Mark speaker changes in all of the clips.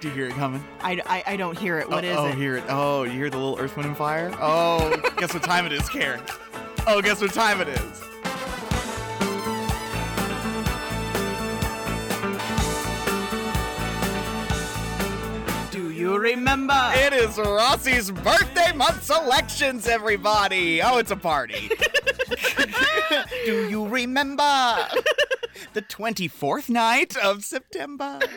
Speaker 1: Do you hear it coming?
Speaker 2: I, I, I don't hear it. What
Speaker 1: oh,
Speaker 2: is
Speaker 1: oh,
Speaker 2: it?
Speaker 1: hear it. Oh, you hear the little Earth, Wind, and Fire? Oh, guess what time it is, Karen? Oh, guess what time it is?
Speaker 2: Do you remember?
Speaker 1: It is Rossi's birthday month selections, everybody. Oh, it's a party. Do you remember the 24th night of September?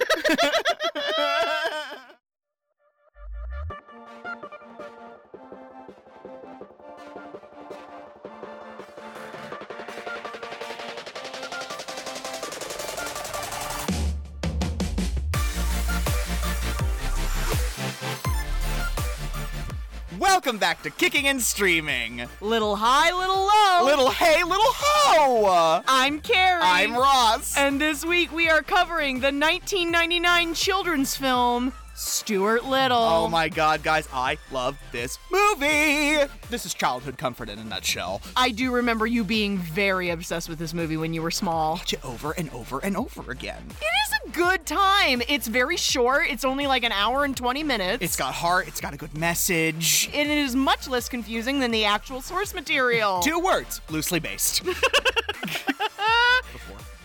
Speaker 1: Welcome back to Kicking and Streaming.
Speaker 2: Little high, little low.
Speaker 1: Little hey, little ho!
Speaker 2: I'm Carrie.
Speaker 1: I'm Ross.
Speaker 2: And this week we are covering the 1999 children's film Stuart Little.
Speaker 1: Oh my god, guys, I love this movie! This is childhood comfort in a nutshell.
Speaker 2: I do remember you being very obsessed with this movie when you were small.
Speaker 1: Watch it over and over and over again.
Speaker 2: It is a good time. It's very short. It's only like an hour and 20 minutes.
Speaker 1: It's got heart, it's got a good message.
Speaker 2: and it is much less confusing than the actual source material.
Speaker 1: Two words, loosely based.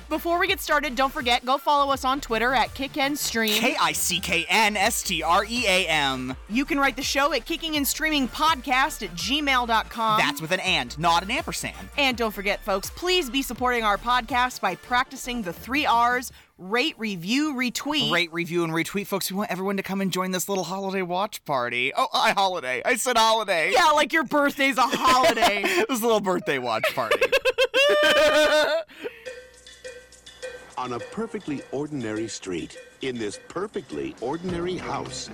Speaker 2: Before we get started, don't forget go follow us on Twitter at Kick and Stream.
Speaker 1: K I C K N S T R E A M.
Speaker 2: you can write the show at kicking and streaming podcast at gmail.com.
Speaker 1: That's with an and, not an ampersand.
Speaker 2: And don't forget, folks, please be supporting our podcast by practicing the three R's rate, review, retweet.
Speaker 1: Rate, review, and retweet, folks. We want everyone to come and join this little holiday watch party. Oh, I holiday. I said holiday.
Speaker 2: Yeah, like your birthday's a holiday.
Speaker 1: This little birthday watch party.
Speaker 3: On a perfectly ordinary street, in this perfectly ordinary house,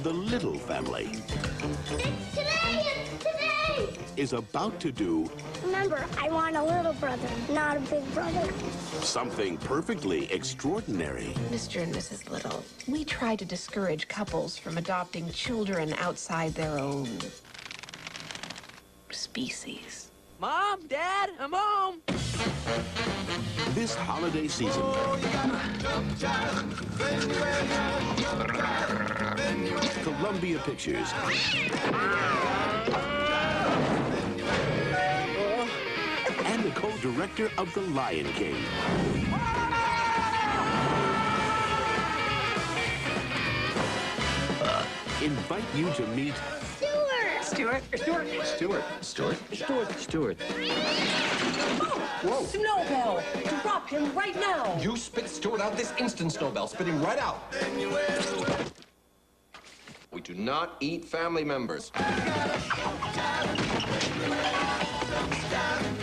Speaker 3: the Little family
Speaker 4: It's today, it's today!
Speaker 3: is about to do
Speaker 4: Remember, I want a little brother, not a big brother.
Speaker 3: something perfectly extraordinary.
Speaker 5: Mr. and Mrs. Little, we try to discourage couples from adopting children outside their own species.
Speaker 6: Mom, Dad, I'm home.
Speaker 3: This holiday season, Columbia Pictures and the co-director of The Lion King invite you to meet
Speaker 4: Stuart!
Speaker 5: Stuart? Stuart?
Speaker 3: Stuart. Stuart?
Speaker 7: Stuart, Stuart.
Speaker 3: Whoa.
Speaker 7: Snowbell! Drop him right now! You spit Stuart out this instant, Snowbell. Spit him right out. We do not eat family members.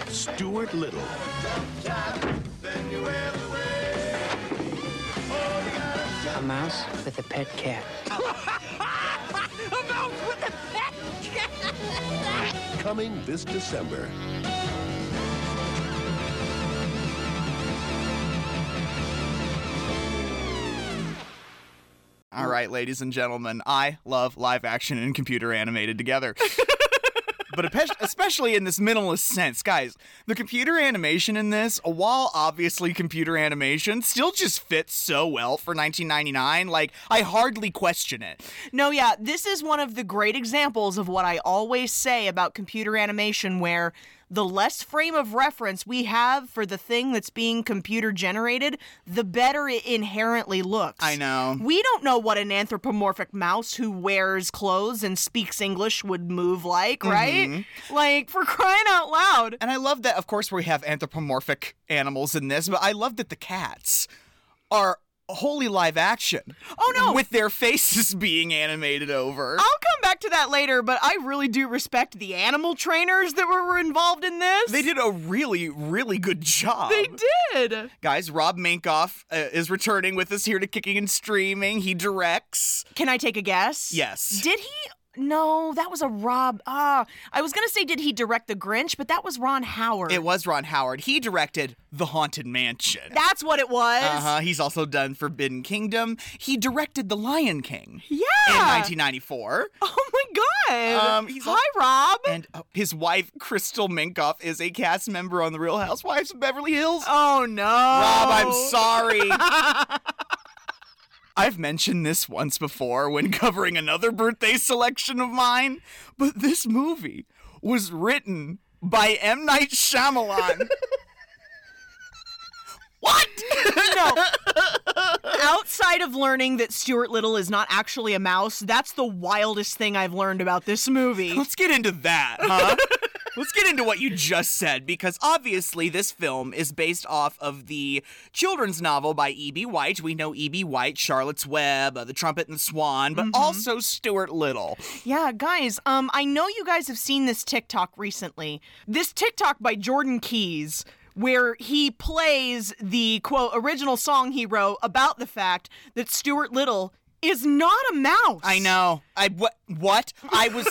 Speaker 3: Stuart Little.
Speaker 8: A mouse with a pet cat.
Speaker 3: Coming this December.
Speaker 1: All right, ladies and gentlemen, I love live action and computer animated together. but epe- especially in this minimalist sense, guys, the computer animation in this, while obviously computer animation, still just fits so well for 1999. Like, I hardly question it.
Speaker 2: No, yeah, this is one of the great examples of what I always say about computer animation, where the less frame of reference we have for the thing that's being computer generated, the better it inherently looks.
Speaker 1: I know.
Speaker 2: We don't know what an anthropomorphic mouse who wears clothes and speaks English would move like, right?
Speaker 1: Mm-hmm.
Speaker 2: Like, for crying out loud.
Speaker 1: And I love that, of course, we have anthropomorphic animals in this, but I love that the cats are wholly live action.
Speaker 2: Oh, no.
Speaker 1: With their faces being animated over.
Speaker 2: I'll come back to that later, but I really do respect the animal trainers that were were involved in this.
Speaker 1: They did a really, really good job.
Speaker 2: They did.
Speaker 1: Guys, Rob Minkoff uh, is returning with us here to Kicking and Streaming. He directs.
Speaker 2: Can I take a guess?
Speaker 1: Yes.
Speaker 2: Did he? No, that was a Rob. Ah, I was gonna say did he direct The Grinch, but that was Ron Howard.
Speaker 1: it was Ron Howard. He directed The Haunted Mansion.
Speaker 2: That's what it was.
Speaker 1: Uh huh. He's also done Forbidden Kingdom. He directed The Lion King
Speaker 2: Yeah.
Speaker 1: in 1994.
Speaker 2: Oh my god.
Speaker 1: Um, he's
Speaker 2: Hi,
Speaker 1: al-
Speaker 2: Rob.
Speaker 1: And uh, his wife, Crystal Minkoff, is a cast member on The Real Housewives of Beverly Hills.
Speaker 2: oh no.
Speaker 1: Rob, I'm sorry. I've mentioned this once before when covering another birthday selection of mine, but this movie was written by M. Night Shyamalan. what?
Speaker 2: No. Outside of learning that Stuart Little is not actually a mouse, that's the wildest thing I've learned about this movie.
Speaker 1: Let's get into that, huh? Let's get into what you just said because obviously this film is based off of the children's novel by E.B. White. We know E.B. White, Charlotte's Web, uh, The Trumpet and the Swan, but
Speaker 2: Mm-hmm.
Speaker 1: also Stuart Little.
Speaker 2: Yeah, guys, um, I know you guys have seen this TikTok recently. This TikTok by Jordan Keys, where he plays the quote original song he wrote about the fact that Stuart Little is not a mouse.
Speaker 1: I know. I what? What? I was.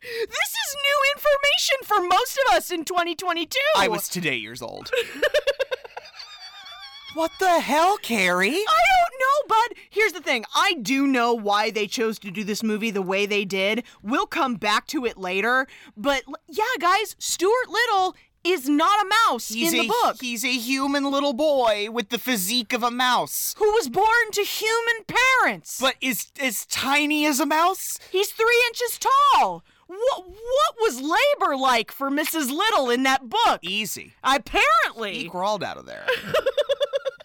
Speaker 2: This is new information for most of us in 2022.
Speaker 1: I was today years old. what the hell, Carrie?
Speaker 2: I don't know, bud. Here's the thing. I do know why they chose to do this movie the way they did. We'll come back to it later. But l- yeah, guys, Stuart Little is not a mouse in the book.
Speaker 1: He's a human little boy with the physique of a mouse,
Speaker 2: who was born to human parents.
Speaker 1: but is as tiny as a mouse.
Speaker 2: he's three inches tall. What what was labor like for Mrs. Little in that book?
Speaker 1: Easy.
Speaker 2: Apparently.
Speaker 1: He crawled out of there.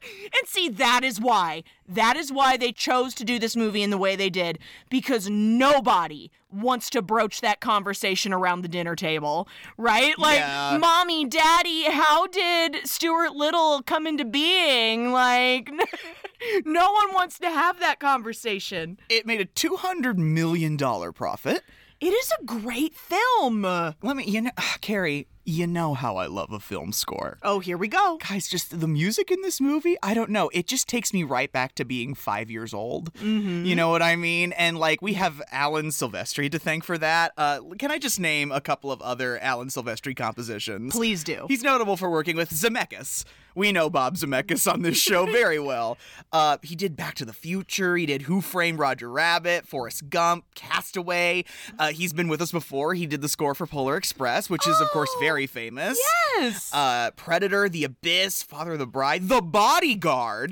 Speaker 2: And see, that is why. That is why they chose to do this movie in the way they did, because nobody wants to broach that conversation around the dinner table, right? Like,
Speaker 1: Yeah.
Speaker 2: mommy, daddy, how did Stuart Little come into being? Like, no one wants to have that conversation.
Speaker 1: it made a two hundred million dollar profit.
Speaker 2: It is a great film.
Speaker 1: Let me, you know, ah, Carrie, you know how I love a film score.
Speaker 2: Oh, here we go.
Speaker 1: Guys, just the music in this movie, I don't know. It just takes me right back to being five years old.
Speaker 2: Mm-hmm.
Speaker 1: You know what I mean? And like, we have Alan Silvestri to thank for that. Uh, can I just name a couple of other Alan Silvestri compositions?
Speaker 2: Please do.
Speaker 1: He's notable for working with Zemeckis. We know Bob Zemeckis on this show very well. Uh, he did Back to the Future. He did Who Framed Roger Rabbit, Forrest Gump, Castaway. Uh, he's been with us before. He did the score for Polar Express, which is, of course, very famous.
Speaker 2: Oh, Yes.
Speaker 1: Uh, Predator, The Abyss, Father of the Bride, The Bodyguard,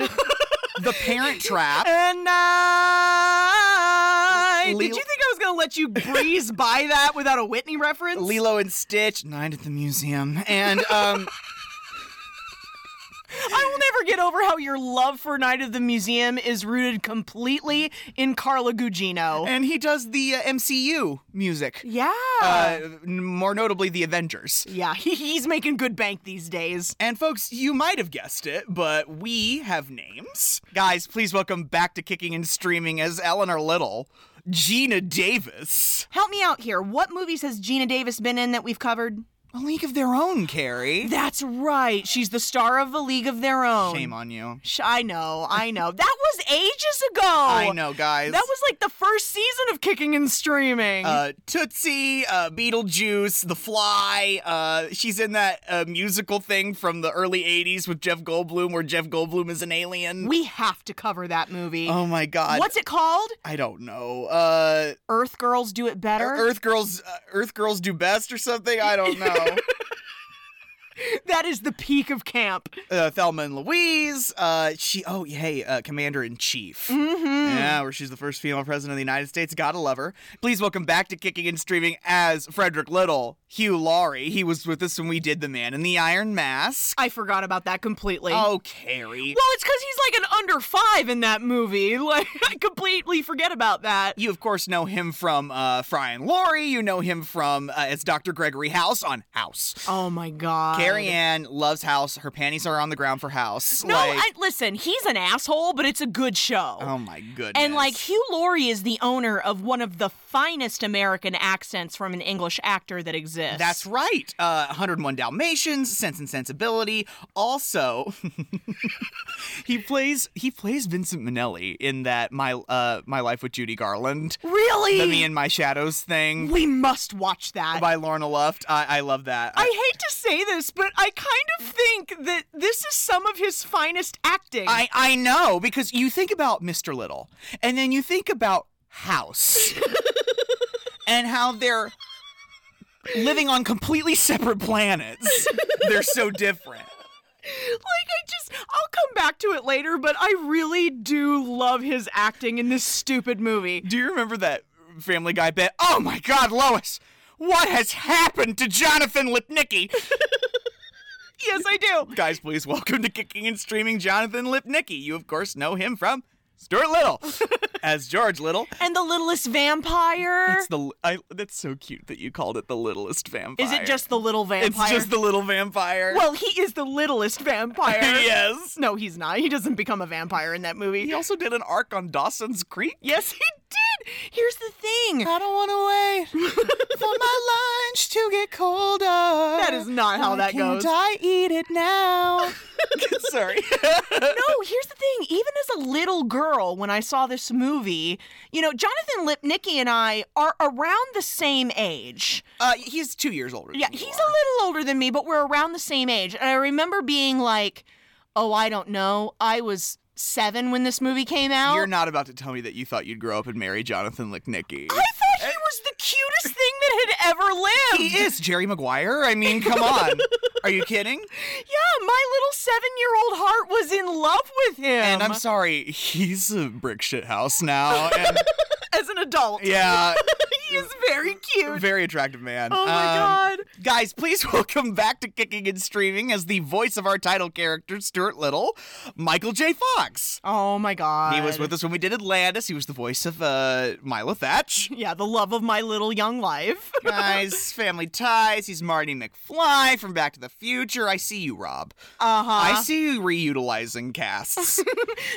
Speaker 1: The Parent Trap.
Speaker 2: and I.
Speaker 1: Lil-
Speaker 2: Did you think I was going to let you breeze by that without a Whitney reference?
Speaker 1: Lilo and Stitch, Night at the Museum, and um,
Speaker 2: I will never get over how your love for Night of the Museum is rooted completely in Carla Gugino.
Speaker 1: and he does the uh, MCU music.
Speaker 2: Yeah.
Speaker 1: Uh, n- more notably, the Avengers.
Speaker 2: yeah, he, he's making good bank these days.
Speaker 1: And folks, you might have guessed it, but we have names. Guys, please welcome back to Kicking and Streaming as Eleanor Little, Gina Davis.
Speaker 2: Help me out here. What movies has Gina Davis been in that we've covered?
Speaker 1: A League of Their Own, Carrie.
Speaker 2: That's right. She's the star of A League of Their Own.
Speaker 1: Shame on you.
Speaker 2: Sh- I know, I know. That was ages ago.
Speaker 1: I know, guys.
Speaker 2: That was like the first season of Kicking and Streaming.
Speaker 1: uh, Tootsie, uh, Beetlejuice, The Fly. Uh, she's in that uh, musical thing from the early 80s with Jeff Goldblum, where Jeff Goldblum is an alien.
Speaker 2: we have to cover that movie.
Speaker 1: oh my god.
Speaker 2: What's it called?
Speaker 1: I don't know. Uh,
Speaker 2: Earth Girls Do It Better.
Speaker 1: Earth Girls uh, Earth Girls Do Best or something? I don't know.
Speaker 2: That is the peak of camp.
Speaker 1: uh, Thelma and Louise. Uh, she, oh, hey, uh, Commander in Chief.
Speaker 2: Mm-hmm.
Speaker 1: Yeah, where she's the first female president of the United States. Gotta love her. Please welcome back to Kicking and Streaming as Frederick Little, Hugh Laurie. He was with us when we did The Man in the Iron Mask.
Speaker 2: I forgot about that completely.
Speaker 1: Oh, Carrie.
Speaker 2: Well, it's because he's like an under five in that movie. Like, I completely forget about that.
Speaker 1: You, of course, know him from uh, Fry and Laurie. You know him from uh, as Dr. Gregory House on House.
Speaker 2: Oh my god.
Speaker 1: Carrie Ann loves House. Her panties are on the ground for House.
Speaker 2: No,
Speaker 1: like,
Speaker 2: I, listen, he's an asshole, but it's a good show.
Speaker 1: oh my goodness.
Speaker 2: and like Hugh Laurie is the owner of one of the finest American accents from an English actor that exists.
Speaker 1: That's right. Uh, 101 Dalmatians, Sense and Sensibility. Also, he plays he plays Vincent Minnelli in that my uh, my life with Judy Garland,
Speaker 2: really
Speaker 1: the Me and My Shadows thing
Speaker 2: we must watch that.
Speaker 1: by Lorna Luft. I, I love that.
Speaker 2: I hate to say this, but I kind of think that this is some of his finest acting.
Speaker 1: I I know because you think about Mr. Little, and then you think about House, and how they're living on completely separate planets. they're so different.
Speaker 2: Like I just I'll come back to it later, but I really do love his acting in this stupid movie.
Speaker 1: Do you remember that Family Guy bit? Oh my God, Lois, what has happened to Jonathan Lipnicki?
Speaker 2: Yes, I do.
Speaker 1: Guys, please welcome to kicking and streaming Jonathan Lipnicki. You of course know him from Stuart Little as George Little.
Speaker 2: And the littlest vampire.
Speaker 1: It's the I, that's so cute that you called it the littlest vampire.
Speaker 2: Is it just the little vampire?
Speaker 1: It's just the little vampire.
Speaker 2: Well, he is the littlest vampire.
Speaker 1: yes.
Speaker 2: No, he's not. He doesn't become a vampire in that movie.
Speaker 1: He also did an arc on Dawson's Creek.
Speaker 2: Yes, he did. Here's the thing.
Speaker 1: I don't want to wait for my lunch to get colder. That
Speaker 2: is not how that goes.
Speaker 1: I eat it now? Sorry.
Speaker 2: no, here's the thing. Even as a little girl, when I saw this movie, you know, Jonathan Lipnicki and I are around the same age.
Speaker 1: Uh, he's two years older. than
Speaker 2: Yeah,
Speaker 1: you
Speaker 2: he's
Speaker 1: are.
Speaker 2: a little older than me, but we're around the same age. And I remember being like, oh, I don't know. I was seven when this movie came out.
Speaker 1: You're not about to tell me that you thought you'd grow up and marry Jonathan Lipnicki.
Speaker 2: I thought he was the cutest thing that had ever lived.
Speaker 1: Eh. He is Jerry Maguire. I mean, come on. Are you kidding?
Speaker 2: Yeah, my little seven year old heart was in love with him.
Speaker 1: And I'm sorry, he's a brick shit house now. And
Speaker 2: As an adult.
Speaker 1: yeah, Um,
Speaker 2: He is very cute.
Speaker 1: very attractive man.
Speaker 2: Oh my God.
Speaker 1: Guys, please welcome back to Kicking and Streaming as the voice of our title character, Stuart Little, Michael J. Fox.
Speaker 2: Oh my God.
Speaker 1: He was with us when we did Atlantis. He was the voice of uh, Milo Thatch.
Speaker 2: Yeah, the love of my little young life.
Speaker 1: Guys, Family Ties. He's Marty McFly from Back to the Future. I see you, Rob.
Speaker 2: Uh huh.
Speaker 1: I see you reutilizing casts.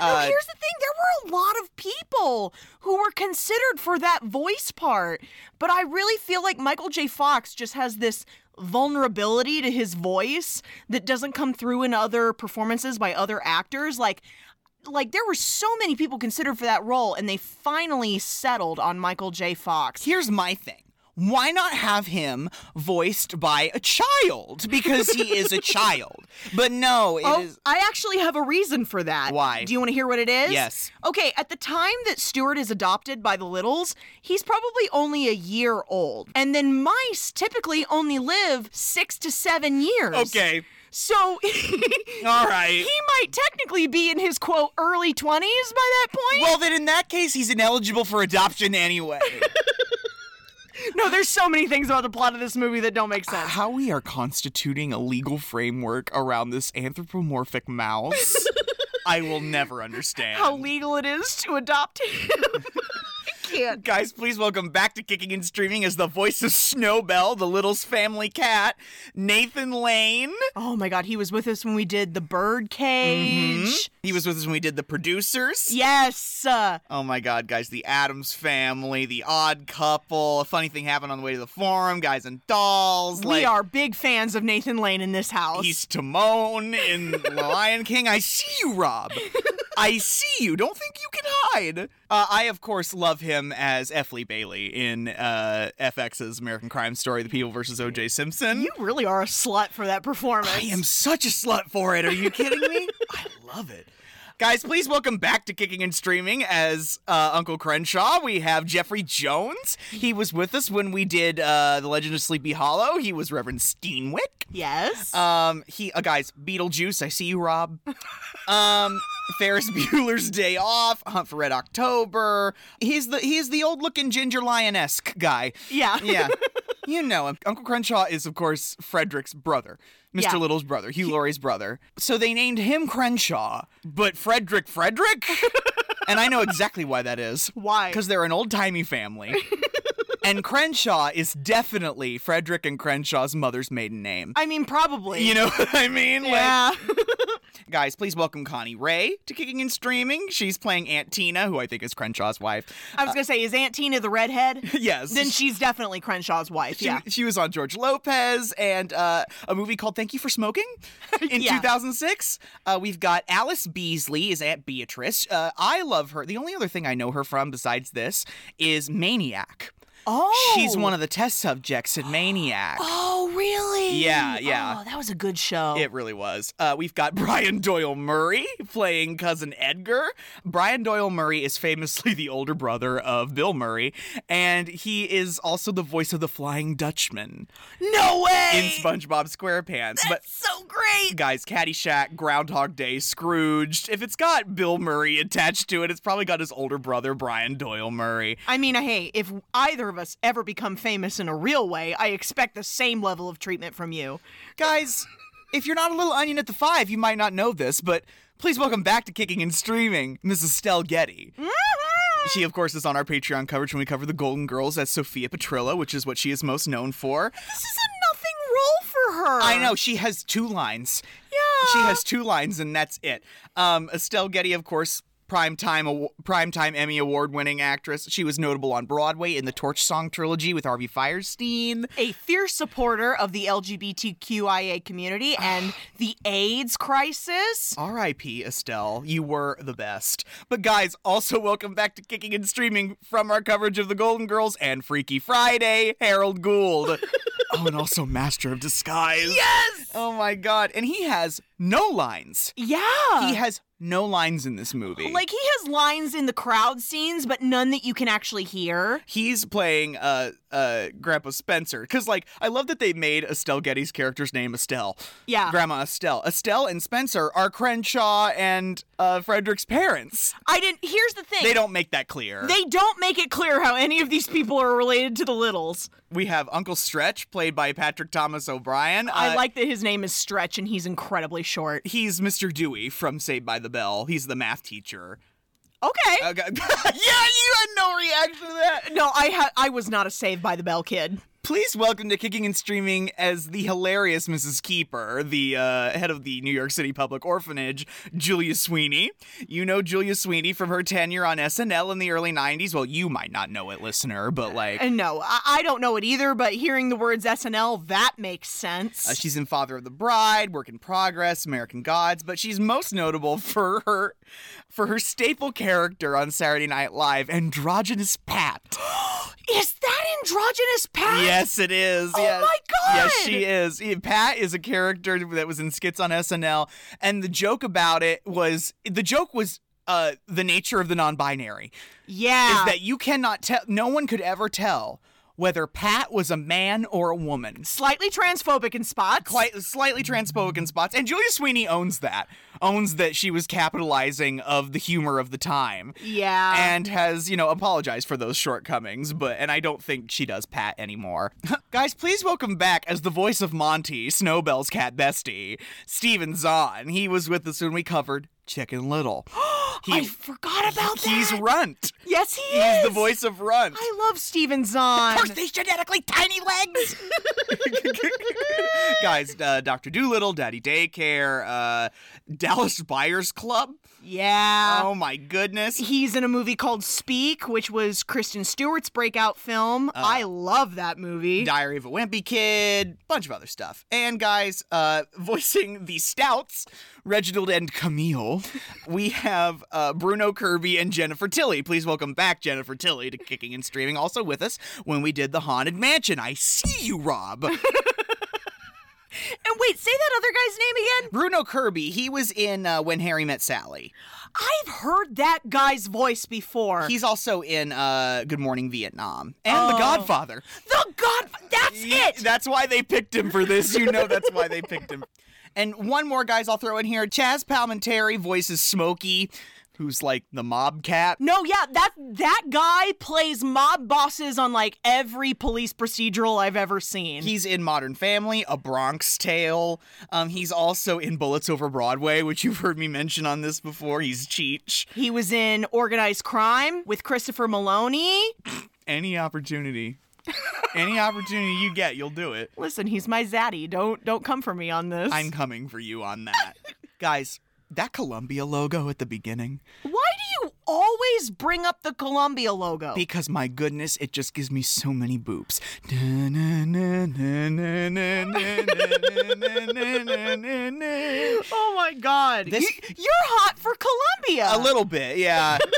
Speaker 2: No,
Speaker 1: Uh,
Speaker 2: here's the thing. There were a lot of people who were considered for that voice part, but I really feel like Michael J. Fox just has this vulnerability to his voice that doesn't come through in other performances by other actors. Like, like there were so many people considered for that role, and they finally settled on Michael J. Fox.
Speaker 1: Here's my thing. Why not have him voiced by a child? Because he is a child. But no, it is.
Speaker 2: Oh, I actually have a reason for that.
Speaker 1: Why?
Speaker 2: Do you want to hear what it is?
Speaker 1: Yes.
Speaker 2: Okay, at the time that Stuart is adopted by the Littles, he's probably only a year old. And then mice typically only live six to seven years.
Speaker 1: Okay.
Speaker 2: So
Speaker 1: All right.
Speaker 2: he might technically be in his quote early 20s by that point.
Speaker 1: Well, then in that case, he's ineligible for adoption anyway.
Speaker 2: no, there's so many things about the plot of this movie that don't make sense.
Speaker 1: How we are constituting a legal framework around this anthropomorphic mouse, I will never understand.
Speaker 2: How legal it is to adopt him. I can't.
Speaker 1: Guys, please welcome back to Kicking and Streaming as the voice of Snowbell, the Little's family cat, Nathan Lane.
Speaker 2: Oh my god, he was with us when we did the bird cage.
Speaker 1: Mm-hmm. He was with us when we did the producers.
Speaker 2: Yes. Uh,
Speaker 1: Oh my god, guys, the Adams family, the odd couple, a funny thing happened on the way to the forum, guys and dolls.
Speaker 2: we
Speaker 1: like,
Speaker 2: are big fans of Nathan Lane in this house.
Speaker 1: He's Timon in The Lion King. I see you, Rob. I see you. Don't think you can hide. Uh, I, of course, love him as F. Lee Bailey in uh, FX's American Crime Story, The People versus O.J. Simpson.
Speaker 2: you really are a slut for that performance.
Speaker 1: I am such a slut for it. Are you kidding me? I love it. Guys, please welcome back to Kicking and Streaming as uh, Uncle Crenshaw. We have Jeffrey Jones. He was with us when we did uh, The Legend of Sleepy Hollow. He was Reverend Steenwick.
Speaker 2: Yes.
Speaker 1: Um, he, uh, guys, Beetlejuice. I see you, Rob. um, Ferris Bueller's Day Off, Hunt for Red October. He's the he's the old looking ginger lion esque guy.
Speaker 2: yeah.
Speaker 1: Yeah. You know him. Uncle Crenshaw is, of course, Frederick's brother, Mr.
Speaker 2: Yeah.
Speaker 1: Little's brother, Hugh Laurie's brother. So they named him Crenshaw, but Frederick Frederick? and I know exactly why that is.
Speaker 2: Why?
Speaker 1: Because they're an old timey family. and Crenshaw is definitely Frederick and Crenshaw's mother's maiden name.
Speaker 2: I mean, probably.
Speaker 1: You know what I mean? Like-
Speaker 2: Yeah.
Speaker 1: guys, please welcome Connie Ray to Kicking and Streaming. She's playing Aunt Tina, who I think is Crenshaw's wife. Uh,
Speaker 2: I was gonna say, is Aunt Tina the redhead?
Speaker 1: Yes.
Speaker 2: Then she's definitely Crenshaw's wife.
Speaker 1: She,
Speaker 2: yeah.
Speaker 1: she was on George Lopez and uh, a movie called Thank You for Smoking in
Speaker 2: Yeah.
Speaker 1: 2006. Uh, we've got Alice Beasley is Aunt Beatrice. Uh, I love her. The only other thing I know her from besides this is Maniac.
Speaker 2: Oh.
Speaker 1: She's one of the test subjects in Maniac.
Speaker 2: Oh, really?
Speaker 1: Yeah, yeah.
Speaker 2: Oh, that was a good show.
Speaker 1: It really was. Uh, we've got Brian Doyle Murray playing cousin Edgar. Brian Doyle Murray is famously the older brother of Bill Murray, and he is also the voice of the Flying Dutchman
Speaker 2: no
Speaker 1: in
Speaker 2: way.
Speaker 1: SpongeBob SquarePants. But
Speaker 2: That's so great.
Speaker 1: guys, Caddyshack, Groundhog Day, Scrooged. If it's got Bill Murray attached to it, it's probably got his older brother Brian Doyle Murray.
Speaker 2: I mean, uh, hey, if either of us ever become famous in a real way, I expect the same level of treatment from you.
Speaker 1: Guys, if you're not a little onion at the five, you might not know this, but please welcome back to Kicking and Streaming, Mrs. Stell Getty. She, of course, is on our Patreon coverage when we cover the Golden Girls as Sophia Petrillo, which is what she is most known for.
Speaker 2: This is a nothing role for her.
Speaker 1: I know, she has two lines.
Speaker 2: Yeah.
Speaker 1: She has two lines, and that's it. Um, Estelle Getty, of course, primetime, aw- primetime Emmy Award winning actress. She was notable on Broadway in the Torch Song trilogy with Harvey Firestein.
Speaker 2: a fierce supporter of the LGBTQIA community and the AIDS crisis.
Speaker 1: R.I.P. Estelle, you were the best. But guys, also welcome back to Kicking and Streaming from our coverage of The Golden Girls and Freaky Friday, Harold Gould. oh, and also Master of Disguise. Yes! Oh my god. And he has no lines.
Speaker 2: Yeah.
Speaker 1: He has no lines in this movie.
Speaker 2: like he has lines in the crowd scenes, but none that you can actually hear.
Speaker 1: he's playing uh uh Grandpa Spencer. Cause like I love that they made Estelle Getty's character's name Estelle.
Speaker 2: Yeah.
Speaker 1: Grandma Estelle. Estelle and Spencer are Crenshaw and uh Frederick's parents.
Speaker 2: I didn't. Here's the thing.
Speaker 1: They don't make that clear.
Speaker 2: They don't make it clear how any of these people are related to the Littles.
Speaker 1: we have Uncle Stretch, played by Patrick Thomas O'Brien.
Speaker 2: I
Speaker 1: Uh,
Speaker 2: like that his name is Stretch and he's incredibly short.
Speaker 1: He's Mr. Dewey from Saved by the Bell. He's the math teacher. Uh,
Speaker 2: Okay.
Speaker 1: Okay. yeah, you had no reaction to that.
Speaker 2: no, I ha- I was not a Saved by the Bell kid.
Speaker 1: Please welcome to Kicking and Streaming as the hilarious Mrs. Keeper, the uh, head of the New York City Public Orphanage, Julia Sweeney. You know Julia Sweeney from her tenure on SNL in the early 90s. Well, you might not know it, listener, but like.
Speaker 2: And no, I, I don't know it either, but hearing the words SNL, that makes sense.
Speaker 1: Uh, she's in Father of the Bride, Work in Progress, American Gods, but she's most notable for her for her staple character on Saturday Night Live, Androgynous Pat.
Speaker 2: is that androgynous Pat?
Speaker 1: Uh, yes, it is.
Speaker 2: Oh
Speaker 1: yes.
Speaker 2: my God!
Speaker 1: Yes, she is. Yeah, Pat is a character that was in skits on SNL, and the joke about it was the joke was uh, the nature of the non-binary
Speaker 2: Yeah.
Speaker 1: is that you cannot tell. No one could ever tell whether Pat was a man or a woman.
Speaker 2: slightly transphobic in spots?
Speaker 1: quite slightly transphobic in spots, and Julia Sweeney owns that. Owns that she was capitalizing of the humor of the time.
Speaker 2: Yeah.
Speaker 1: And has, you know, apologized for those shortcomings, but and I don't think she does Pat anymore. Guys, please welcome back as the voice of Monty, Snowbell's cat bestie, Steven Zahn. He was with us when we covered Chicken Little. He,
Speaker 2: I forgot about that.
Speaker 1: he's Runt.
Speaker 2: yes, he
Speaker 1: He's
Speaker 2: is.
Speaker 1: the voice of Runt.
Speaker 2: I love Steven Zahn.
Speaker 1: these genetically tiny legs. Guys, uh, Dr. Doolittle, Daddy Daycare, uh, Dallas Buyers Club.
Speaker 2: Yeah.
Speaker 1: oh my goodness.
Speaker 2: He's in a movie called Speak, which was Kristen Stewart's breakout film.
Speaker 1: Uh.
Speaker 2: I love that movie.
Speaker 1: Diary of a Wimpy Kid, bunch of other stuff. And guys, uh, voicing the Stouts, Reginald and Camille, we have uh, Bruno Kirby and Jennifer Tilly. Please welcome back Jennifer Tilly to Kicking and Streaming, also with us when we did The Haunted Mansion. I see you, Rob.
Speaker 2: and wait, say that other guy's name again.
Speaker 1: Bruno Kirby, he was in uh, When Harry Met Sally.
Speaker 2: I've heard that guy's voice before.
Speaker 1: He's also in uh, Good Morning Vietnam and The
Speaker 2: Oh.
Speaker 1: Godfather.
Speaker 2: the God. That's it.
Speaker 1: That's why they picked him for this. You know, that's why they picked him. And one more, guys, I'll throw in here. Chaz Palminteri voices Smokey, who's like the mob cat.
Speaker 2: No, yeah, that that guy plays mob bosses on like every police procedural I've ever seen.
Speaker 1: He's in Modern Family, A Bronx Tale. Um, he's also in Bullets Over Broadway, which you've heard me mention on this before. He's Cheech.
Speaker 2: He was in Organized Crime with Christopher Maloney.
Speaker 1: Any opportunity, any opportunity you get, you'll do it.
Speaker 2: Listen, he's my zaddy. Don't don't come for me on this.
Speaker 1: I'm coming for you on that. Guys, that Columbia logo at the beginning,
Speaker 2: Why do you always bring up the Columbia logo?
Speaker 1: because my goodness, it just gives me so many boops. A
Speaker 2: oh my god.
Speaker 1: This-
Speaker 2: You, are hot for Columbia.
Speaker 1: little bit, yeah.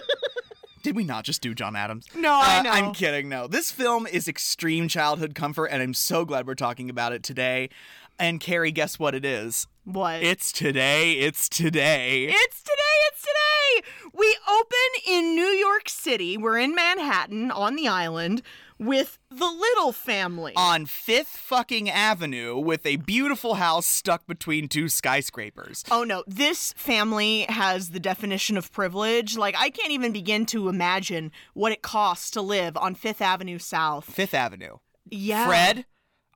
Speaker 1: Did we not just do John Adams? Uh,
Speaker 2: No, I know.
Speaker 1: I'm kidding. No, this film is extreme childhood comfort, and I'm so glad we're talking about it today. And Carrie, guess what it is?
Speaker 2: What?
Speaker 1: It's today. It's today.
Speaker 2: It's today, it's today. We open in New York City. We're in Manhattan on the island with the Little family.
Speaker 1: on Fifth fucking Avenue with a beautiful house stuck between two skyscrapers.
Speaker 2: oh no, this family has the definition of privilege. Like I can't even begin to imagine what it costs to live on 5th Avenue South.
Speaker 1: Fifth Avenue.
Speaker 2: Yeah.
Speaker 1: Fred,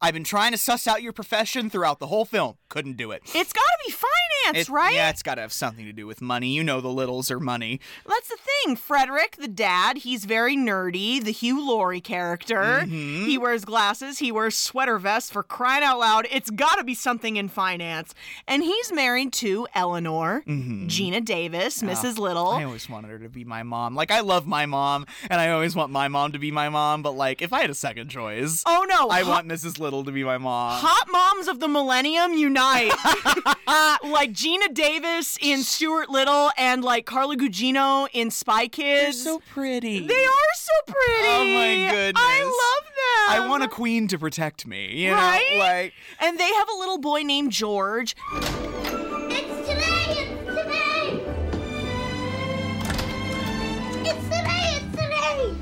Speaker 1: I've been trying to suss out your profession throughout the whole film. Couldn't do it.
Speaker 2: It's got to be finance,
Speaker 1: It-
Speaker 2: right?
Speaker 1: Yeah, it's got to have something to do with money. You know the littles are money.
Speaker 2: That's the thing. Frederick, the dad, he's very nerdy, the Hugh Laurie character.
Speaker 1: Mm-hmm.
Speaker 2: He wears glasses, he wears sweater vests for crying out loud. It's got to be something in finance. And he's married to Eleanor, Gina Davis, Mrs. Little.
Speaker 1: Mm-hmm. Oh, Ah, I always wanted her to be my mom. Like I love my mom, and I always want my mom to be my mom. But like, if I had a second choice,
Speaker 2: oh no.
Speaker 1: I
Speaker 2: Ho-
Speaker 1: want Mrs. Little to be my mom.
Speaker 2: Hot moms of the millennium unite. like Gina Davis in Stuart Little and like Carla Gugino in Spy Kids.
Speaker 1: pretty.
Speaker 2: They are so pretty.
Speaker 1: Oh, my goodness.
Speaker 2: I love them.
Speaker 1: I want a queen to protect me. You
Speaker 2: Right?
Speaker 1: know, like
Speaker 2: And they have a little boy named George.
Speaker 4: It's today! It's today! It's today! It's today!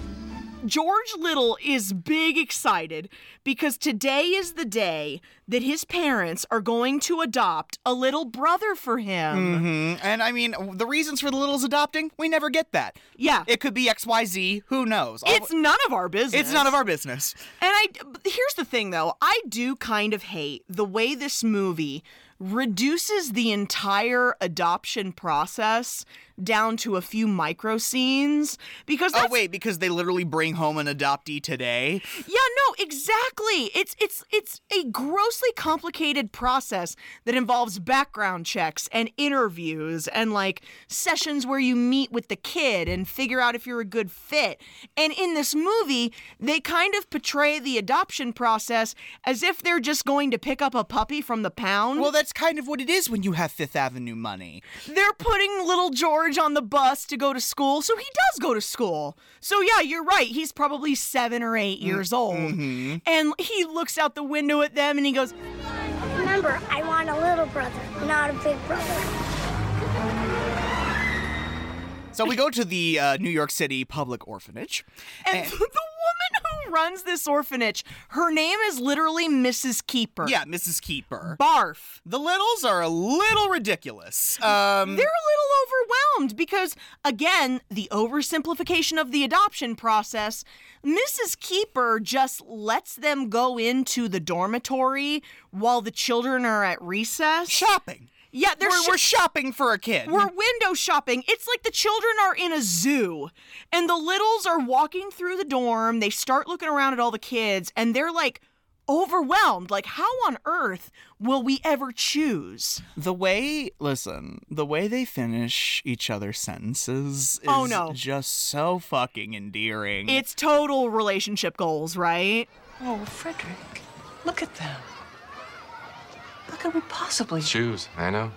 Speaker 2: George Little is big excited because today is the day that his parents are going to adopt a little brother for him.
Speaker 1: Mm, And I mean, the reasons for the littles adopting, we never get that.
Speaker 2: Yeah.
Speaker 1: It could be XYZ, who knows? All-
Speaker 2: it's none of our business.
Speaker 1: it's none of our business.
Speaker 2: And I but here's the thing though, I do kind of hate the way this movie reduces the entire adoption process down to a few micro scenes because that's
Speaker 1: Oh, wait, because they literally bring home an adoptee today?
Speaker 2: Yeah, no, exactly. It's it's it's a grossly complicated process that involves background checks and interviews and like sessions where you meet with the kid and figure out if you're a good fit. And in this movie, they kind of portray the adoption process as if they're just going to pick up a puppy from the pound.
Speaker 1: Well, that's kind of what it is when you have Fifth Avenue money.
Speaker 2: they're putting little George on the bus to go to school, so he does go to school. So yeah, you're right. He's probably seven or eight years old, and he looks out the window at them and he goes,
Speaker 4: Remember, I want a little brother, not a big brother.
Speaker 1: So we go to the uh, New York City public orphanage.
Speaker 2: and the woman who runs this orphanage, her name is literally Mrs. Keeper.
Speaker 1: Yeah, Mrs. Keeper.
Speaker 2: barf.
Speaker 1: The littles are a little ridiculous. Um,
Speaker 2: They're a little overwhelmed because, again, the oversimplification of the adoption process, Mrs. Keeper just lets them go into the dormitory while the children are at recess.
Speaker 1: shopping.
Speaker 2: Yeah, they're
Speaker 1: We're,
Speaker 2: sh-
Speaker 1: we're shopping for a kid.
Speaker 2: we're window shopping. It's like the children are in a zoo and the littles are walking through the dorm. They start looking around at all the kids and they're like overwhelmed. Like, how on earth will we ever choose?
Speaker 1: The way, listen, the way they finish each other's sentences is
Speaker 2: Oh, no.
Speaker 1: just so fucking endearing.
Speaker 2: It's total relationship goals, right?
Speaker 8: Oh, Frederick, look at them. How could we possibly?
Speaker 9: Shoes, I know.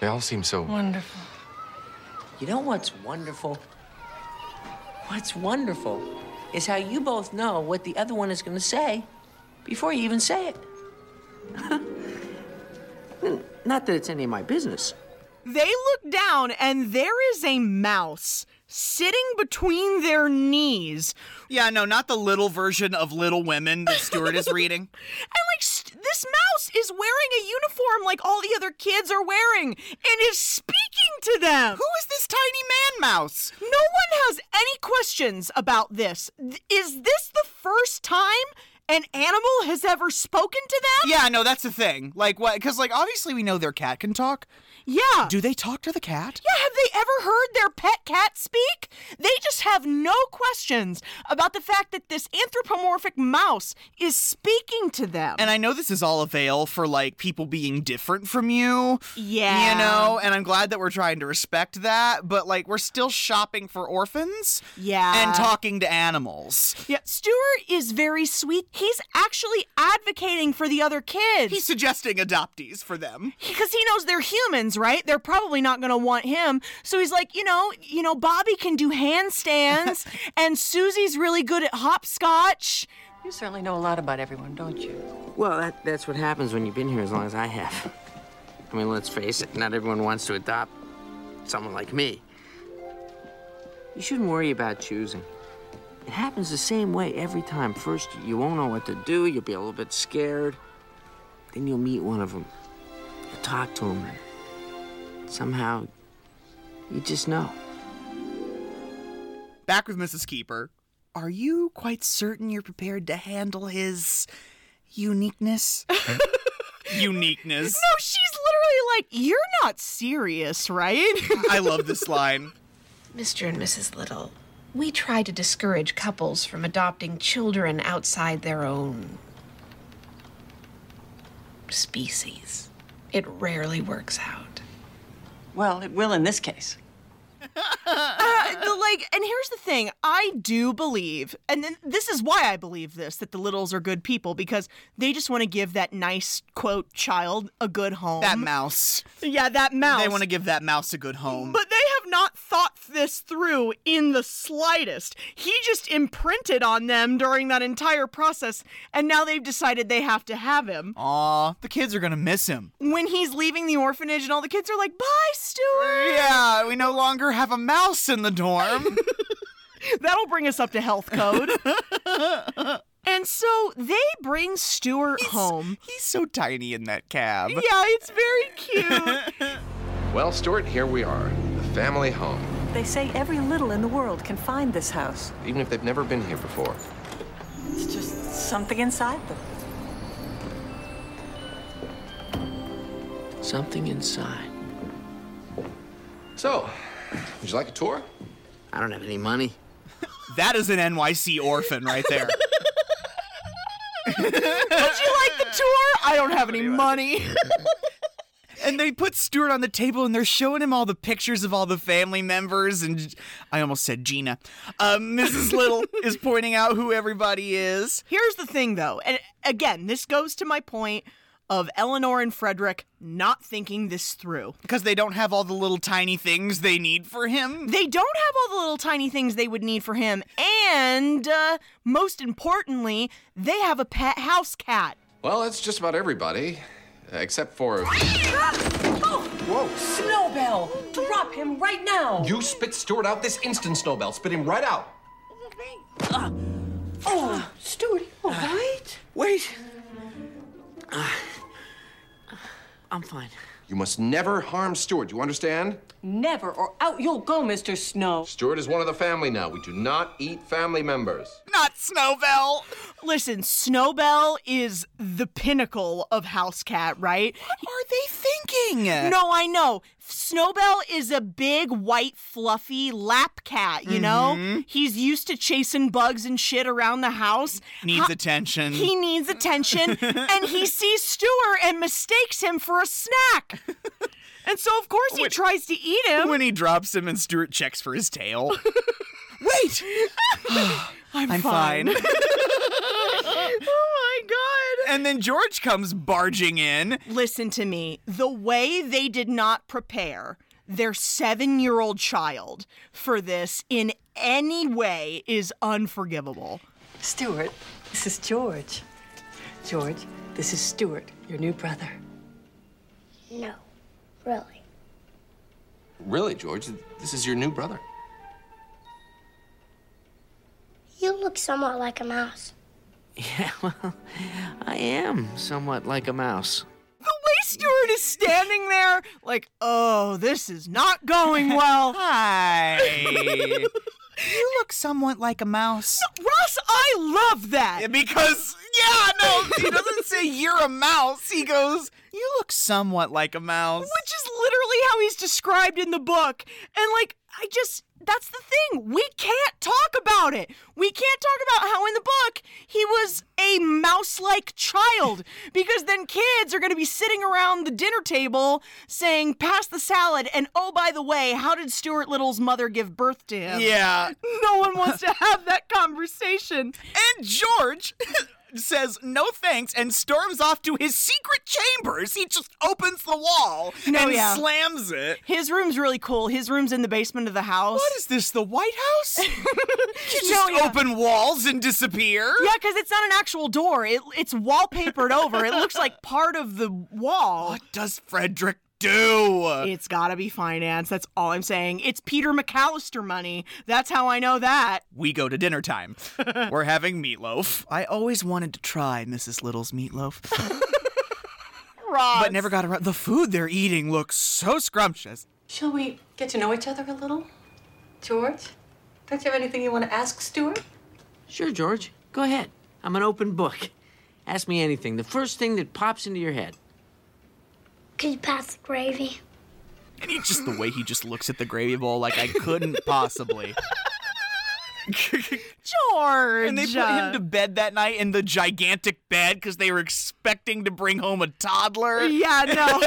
Speaker 9: They all seem so.
Speaker 8: Wonderful.
Speaker 10: You know what's wonderful? What's wonderful is how you both know what the other one is going to say before you even say it. Not that it's any of my business.
Speaker 2: They look down and there is a mouse sitting between their knees.
Speaker 1: yeah, no, not the little version of Little Women that Stuart is reading.
Speaker 2: And like st- this mouse is wearing a uniform like all the other kids are wearing and is speaking to them.
Speaker 1: Who is this tiny man mouse?
Speaker 2: No one has any questions about this. Th- Is this the first time an animal has ever spoken to them?
Speaker 1: Yeah, no, that's the thing. Like, what? Because, like, obviously we know their cat can talk.
Speaker 2: Yeah.
Speaker 1: Do they talk to the cat?
Speaker 2: Yeah, have they ever heard their pet cat speak? They just have no questions about the fact that this anthropomorphic mouse is speaking to them.
Speaker 1: And I know this is all a veil for, like, people being different from you.
Speaker 2: yeah.
Speaker 1: You know, and I'm glad that we're trying to respect that, but, like, we're still shopping for orphans
Speaker 2: Yeah.
Speaker 1: and talking to animals.
Speaker 2: Yeah, Stuart is very sweet. He's actually advocating for the other kids.
Speaker 1: He's suggesting adoptees for them.
Speaker 2: because he knows they're humans, right? They're probably not going to want him. So he's like, you know, you know, Bobby can do handstands, and Susie's really good at hopscotch.
Speaker 8: You certainly know a lot about everyone, don't you?
Speaker 10: Well, that, that's what happens when you've been here as long as I have. I mean, let's face it, not everyone wants to adopt someone like me. You shouldn't worry about choosing. It happens the same way every time. First, you won't know what to do, you'll be a little bit scared. Then you'll meet one of them. You'll talk to him, and somehow, you just know.
Speaker 1: Back with Mrs. Keeper. Are you quite certain you're prepared to handle his uniqueness? uniqueness.
Speaker 2: No, Oh, she's literally like, you're not serious, right?
Speaker 1: I love this line.
Speaker 5: Mr. and Mrs. Little, we try to discourage couples from adopting children outside their own species. It rarely works out.
Speaker 8: Well, it will in this case.
Speaker 2: Uh, the, like, and here's the thing: I do believe, and then this is why I believe this that the Littles are good people because they just want to give that nice quote child a good home.
Speaker 1: That mouse.
Speaker 2: yeah, that mouse.
Speaker 1: They want to give that mouse a good home.
Speaker 2: But they have not thought this through in the slightest. He just imprinted on them during that entire process, and now they've decided they have to have him.
Speaker 1: Aw, the kids are gonna miss him.
Speaker 2: When he's leaving the orphanage, and all the kids are like, "Bye, Stuart."
Speaker 1: Yeah, we no longer have a mouse in the dorm.
Speaker 2: That'll bring us up to health code. and so they bring Stuart home.
Speaker 1: He's so tiny in that cab.
Speaker 2: Yeah, it's very cute.
Speaker 7: Well, Stuart, here we are, the family home,
Speaker 8: They say every little in the world can find this house.
Speaker 7: even if they've never been here before.
Speaker 8: It's just something inside them.
Speaker 10: Something inside.
Speaker 7: So, would you like a tour?
Speaker 10: I don't have any money.
Speaker 1: That is an NYC orphan right there.
Speaker 2: Did you like the tour? I don't have any money.
Speaker 1: and they put Stuart on the table and they're showing him all the pictures of all the family members. And I almost said Gina. Um, Mrs. Little is pointing out who everybody is.
Speaker 2: Here's the thing, though, and again, this goes to my point of Eleanor and Frederick not thinking this through.
Speaker 1: Because they don't have all the little tiny things they need for him.
Speaker 2: They don't have all the little tiny things they would need for him, and uh, most importantly, they have a pet house cat.
Speaker 7: Well, that's just about everybody, except for. Whoa!
Speaker 8: Snowbell! Drop him right now!
Speaker 7: You spit Stuart out this instant, Snowbell. Spit him right out.
Speaker 8: Ah! Oh, Stuart,
Speaker 1: Uh,
Speaker 8: all right?
Speaker 10: Wait. I'm fine.
Speaker 7: You must never harm Stuart. You understand?
Speaker 8: Never, or out you'll go, Mr. Snow.
Speaker 7: Stuart is one of the family now. We do not eat family members.
Speaker 1: Not Snowbell.
Speaker 2: Listen, Snowbell is the pinnacle of house cat, right?
Speaker 1: Are they thinking?
Speaker 2: No, I know. Snowbell is a big, white, fluffy lap cat, you
Speaker 1: Mm-hmm.
Speaker 2: know? He's used to chasing bugs and shit around the house.
Speaker 1: Needs attention.
Speaker 2: He needs attention, and he sees Stuart and mistakes him for a snack. And so, of course, he tries to eat him.
Speaker 1: when he drops him and Stuart checks for his tail. Wait!
Speaker 2: I'm,
Speaker 1: I'm fine.
Speaker 2: oh my god.
Speaker 1: and then George comes barging in.
Speaker 2: Listen to me. The way they did not prepare their seven year old child for this in any way is unforgivable.
Speaker 8: Stuart, this is George. George, this is Stuart, your new brother.
Speaker 4: No, really.
Speaker 7: Really, George, this is your new brother.
Speaker 4: You look somewhat like a mouse.
Speaker 10: Yeah, well, I am somewhat like a mouse.
Speaker 2: The way Stuart is standing there, like, oh, this is not going well.
Speaker 1: Hi. you look somewhat like a mouse.
Speaker 2: Ross, I love that.
Speaker 1: Because, yeah, no, he doesn't say you're a mouse. He goes, you look somewhat like a mouse.
Speaker 2: which is literally how he's described in the book. And like, I just that's the thing. We can't talk about it. We can't talk about how in the book he was a mouse-like child because then kids are going to be sitting around the dinner table saying, "Pass the salad." And oh, by the way, how did Stuart Little's mother give birth to him?
Speaker 1: Yeah.
Speaker 2: No one wants to have that conversation.
Speaker 1: And George, says no thanks and storms off to his secret chambers. He just opens the wall
Speaker 2: No,
Speaker 1: and
Speaker 2: yeah.
Speaker 1: slams it.
Speaker 2: His room's really cool. His room's in the basement of the house.
Speaker 1: What is this, the White House? you
Speaker 2: No,
Speaker 1: just
Speaker 2: yeah.
Speaker 1: open walls and disappear?
Speaker 2: Yeah, because it's not an actual door. It, it's wallpapered over. It looks like part of the wall.
Speaker 1: What does Frederick do?
Speaker 2: It's got to be finance. That's all I'm saying. It's Peter McAllister money. That's how I know that.
Speaker 1: We go to dinner time. We're having meatloaf. I always wanted to try Mrs. Little's meatloaf,
Speaker 2: Ross.
Speaker 1: but never got around. The food they're eating looks so scrumptious.
Speaker 8: Shall we get to know each other a little? George? Don't you have anything you want to ask Stuart?
Speaker 10: Sure, George. Go ahead. I'm an open book. Ask me anything. The first thing that pops into your head.
Speaker 4: Could you pass the gravy?
Speaker 1: And he just the way he just looks at the gravy bowl like I couldn't possibly.
Speaker 2: George.
Speaker 1: And they put him to bed that night in the gigantic bed because they were expecting to bring home a toddler.
Speaker 2: Yeah, no.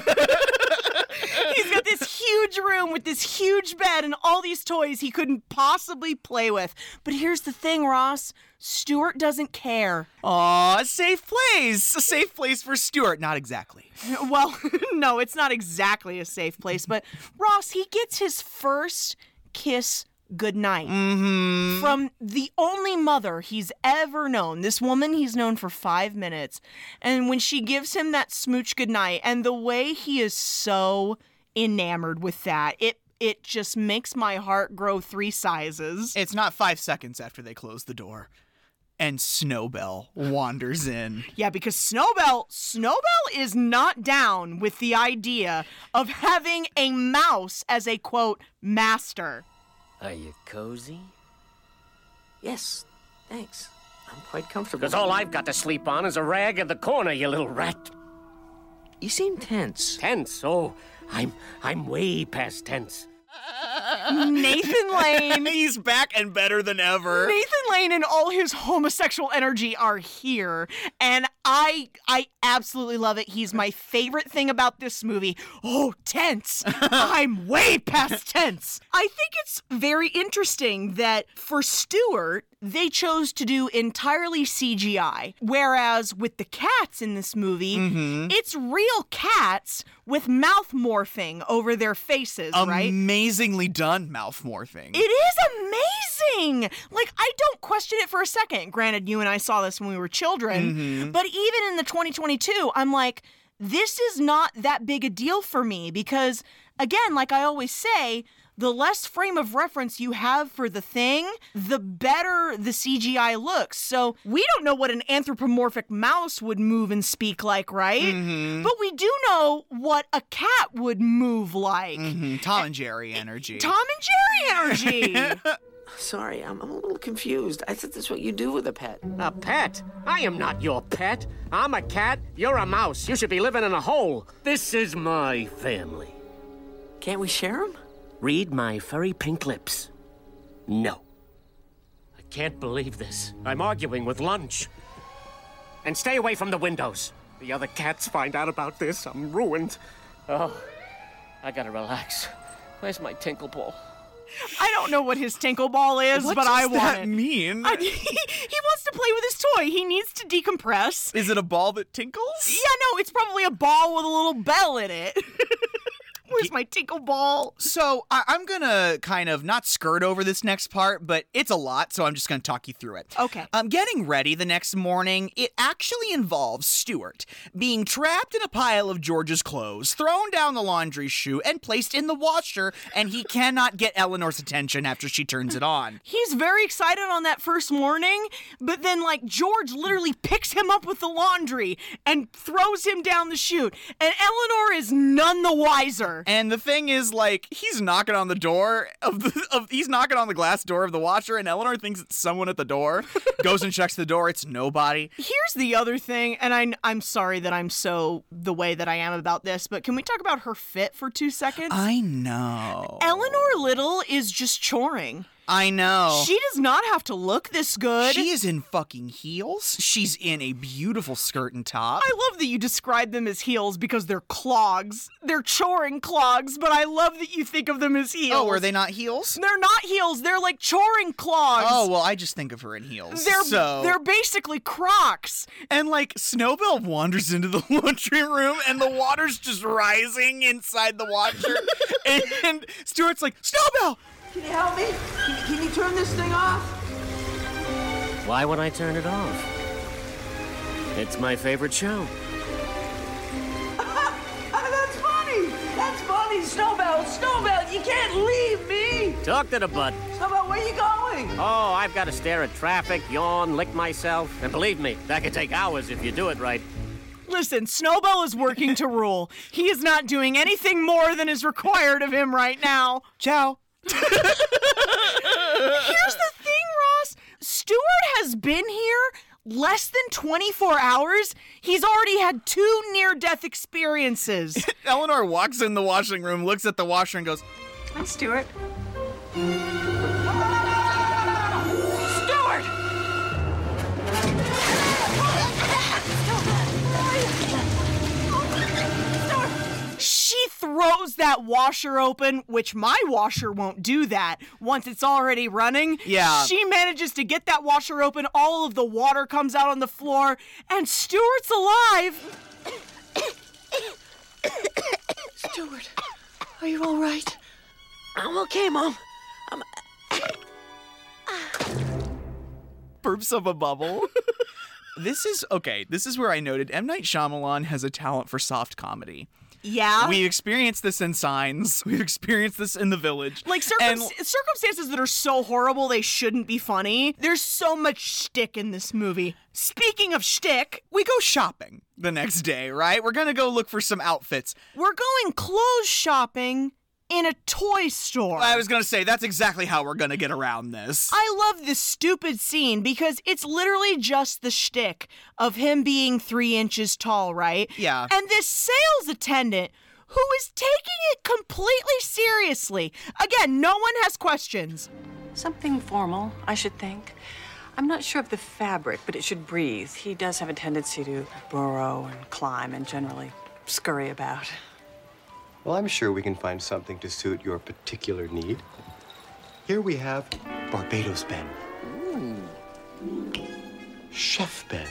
Speaker 2: He's got this huge room with this huge bed and all these toys he couldn't possibly play with. But here's the thing, Ross. Stuart doesn't care.
Speaker 1: Aw, a safe place. A safe place for Stuart. Not exactly.
Speaker 2: Well, no, it's not exactly a safe place, but Ross, he gets his first kiss goodnight
Speaker 1: Mm-hmm.
Speaker 2: from the only mother he's ever known. This woman he's known for five minutes. And when she gives him that smooch goodnight, and the way he is so enamored with that, it it just makes my heart grow three sizes.
Speaker 1: It's not five seconds after they close the door. And Snowbell wanders in.
Speaker 2: Yeah, because Snowbell, Snowbell is not down with the idea of having a mouse as a quote master.
Speaker 10: Are you cozy? Yes, thanks. I'm quite comfortable.
Speaker 7: Because all I've got to sleep on is a rag in the corner, you little rat.
Speaker 10: You seem tense.
Speaker 7: Tense. Oh, I'm I'm way past tense.
Speaker 2: Nathan Lane,
Speaker 1: He's back and better than ever.
Speaker 2: Nathan Lane and all his homosexual energy are here, and I I absolutely love it. He's my favorite thing about this movie. Oh, tense. I'm way past tense. I think it's very interesting that for Stewart, they chose to do entirely CGI, whereas with the cats in this movie, it's real cats with mouth morphing over their faces, right?
Speaker 1: Amazingly done mouth morphing.
Speaker 2: It is amazing. Like I don't question it for a second. Granted, you and I saw this when we were children, but even in the 2022, I'm like this is not that big a deal for me because again, like I always say, the less frame of reference you have for the thing, the better the CGI looks. So we don't know what an anthropomorphic mouse would move and speak like, right? But we do know what a cat would move like.
Speaker 1: Mhm, Tom and Jerry energy.
Speaker 2: Tom and Jerry energy.
Speaker 10: Sorry, I'm, I'm a little confused. I thought that's what you do with a pet.
Speaker 7: A pet? I am not your pet. I'm a cat. You're a mouse. You should be living in a hole. This is my family.
Speaker 10: Can't we share him?
Speaker 7: Read my furry pink lips. No. I can't believe this. I'm arguing with lunch. And stay away from the windows. The other cats find out about this. I'm ruined. Oh, I gotta relax. Where's my tinkle ball?
Speaker 2: I don't know what his tinkle ball is,
Speaker 1: What
Speaker 2: but I
Speaker 1: does
Speaker 2: want
Speaker 1: that
Speaker 2: it.
Speaker 1: mean?
Speaker 2: I- he, he wants to play with his toy. He needs to decompress.
Speaker 1: Is it a ball that tinkles?
Speaker 2: Yeah, no, it's probably a ball with a little bell in it. Where's my tinkle ball?
Speaker 1: So I- I'm gonna kind of not skirt over this next part, but it's a lot, so I'm just gonna talk you through it.
Speaker 2: Okay.
Speaker 1: Um, getting ready the next morning, it actually involves Stuart being trapped in a pile of George's clothes, thrown down the laundry chute, and placed in the washer, and he cannot get Eleanor's attention after she turns it on.
Speaker 2: He's very excited on that first morning, but then, like, George literally picks him up with the laundry and throws him down the chute. And Eleanor is none the wiser.
Speaker 1: And the thing is, like, he's knocking on the door of the of he's knocking on the glass door of the washer, and Eleanor thinks it's someone at the door. goes and checks the door, it's nobody.
Speaker 2: Here's the other thing, and I, I'm sorry that I'm so
Speaker 1: Uh,
Speaker 2: the way that I am about this, but can we talk about her fit for two seconds?
Speaker 1: I know.
Speaker 2: Eleanor Little is just choring.
Speaker 1: I know.
Speaker 2: She does not have to look this good.
Speaker 1: Oh. She is in fucking heels. She's in a beautiful skirt and top.
Speaker 2: I love that you describe them as heels because they're clogs. They're choring clogs, but I love that you think of them as heels.
Speaker 1: Oh, are they not heels?
Speaker 2: They're not heels. They're like choring clogs.
Speaker 1: Oh well, I just think of her in heels.
Speaker 2: They're
Speaker 1: so
Speaker 2: they're basically Crocs.
Speaker 1: and like Snowbell wanders into the laundry room and the water's just rising inside the washer, and, and Stuart's like Snowbell.
Speaker 6: Can you help me? Can, can you turn this thing off?
Speaker 7: Why would I turn it off? It's my favorite show.
Speaker 6: Ah, that's funny. That's funny, Snowbell. Snowbell, you can't leave me.
Speaker 7: Talk to the bud.
Speaker 6: Snowbell, where you going?
Speaker 7: Oh, I've got to stare at traffic, yawn, lick myself. And believe me, that could take hours if you do it right.
Speaker 2: Listen, Snowball is working to rule. He is not doing anything more than is required of him right now.
Speaker 1: Ciao.
Speaker 2: Here's the thing, Ross. Stewart has been here less than 24 hours. He's already had two near death experiences.
Speaker 1: Eleanor walks in the washing room, looks at the washer, and goes,
Speaker 8: Hi, Stuart.
Speaker 6: Stuart!
Speaker 2: she throws that washer open, which my washer won't do that once it's already running.
Speaker 1: Yeah.
Speaker 2: She manages to get that washer open, all of the water comes out on the floor, and Stewart's alive.
Speaker 6: Stuart, are you all right? I'm okay, Mom.
Speaker 1: burps up a bubble. this is okay. This is where I noted M. Night Shyamalan has a talent for soft comedy.
Speaker 2: Yeah.
Speaker 1: We experienced this in Signs. We've experienced this in The Village.
Speaker 2: like circum-
Speaker 1: and
Speaker 2: circumstances that are so horrible they shouldn't be funny. There's so much shtick in this movie. Speaking of shtick,
Speaker 1: we go shopping the next day, right? We're gonna go look for some outfits.
Speaker 2: we're going clothes shopping in a toy store.
Speaker 1: I was gonna say that's exactly how we're gonna get around this.
Speaker 2: I love this stupid scene because it's literally just the shtick of him being three inches tall, right?
Speaker 1: Yeah.
Speaker 2: And this sales attendant who is taking it completely seriously. Again, no one has questions.
Speaker 8: Something formal, I should think. I'm not sure of the fabric, but it should breathe. He does have a tendency to burrow and climb and generally scurry about.
Speaker 11: Well, I'm sure we can find something to suit your particular need. Here we have Barbados Ben. Chef Ben.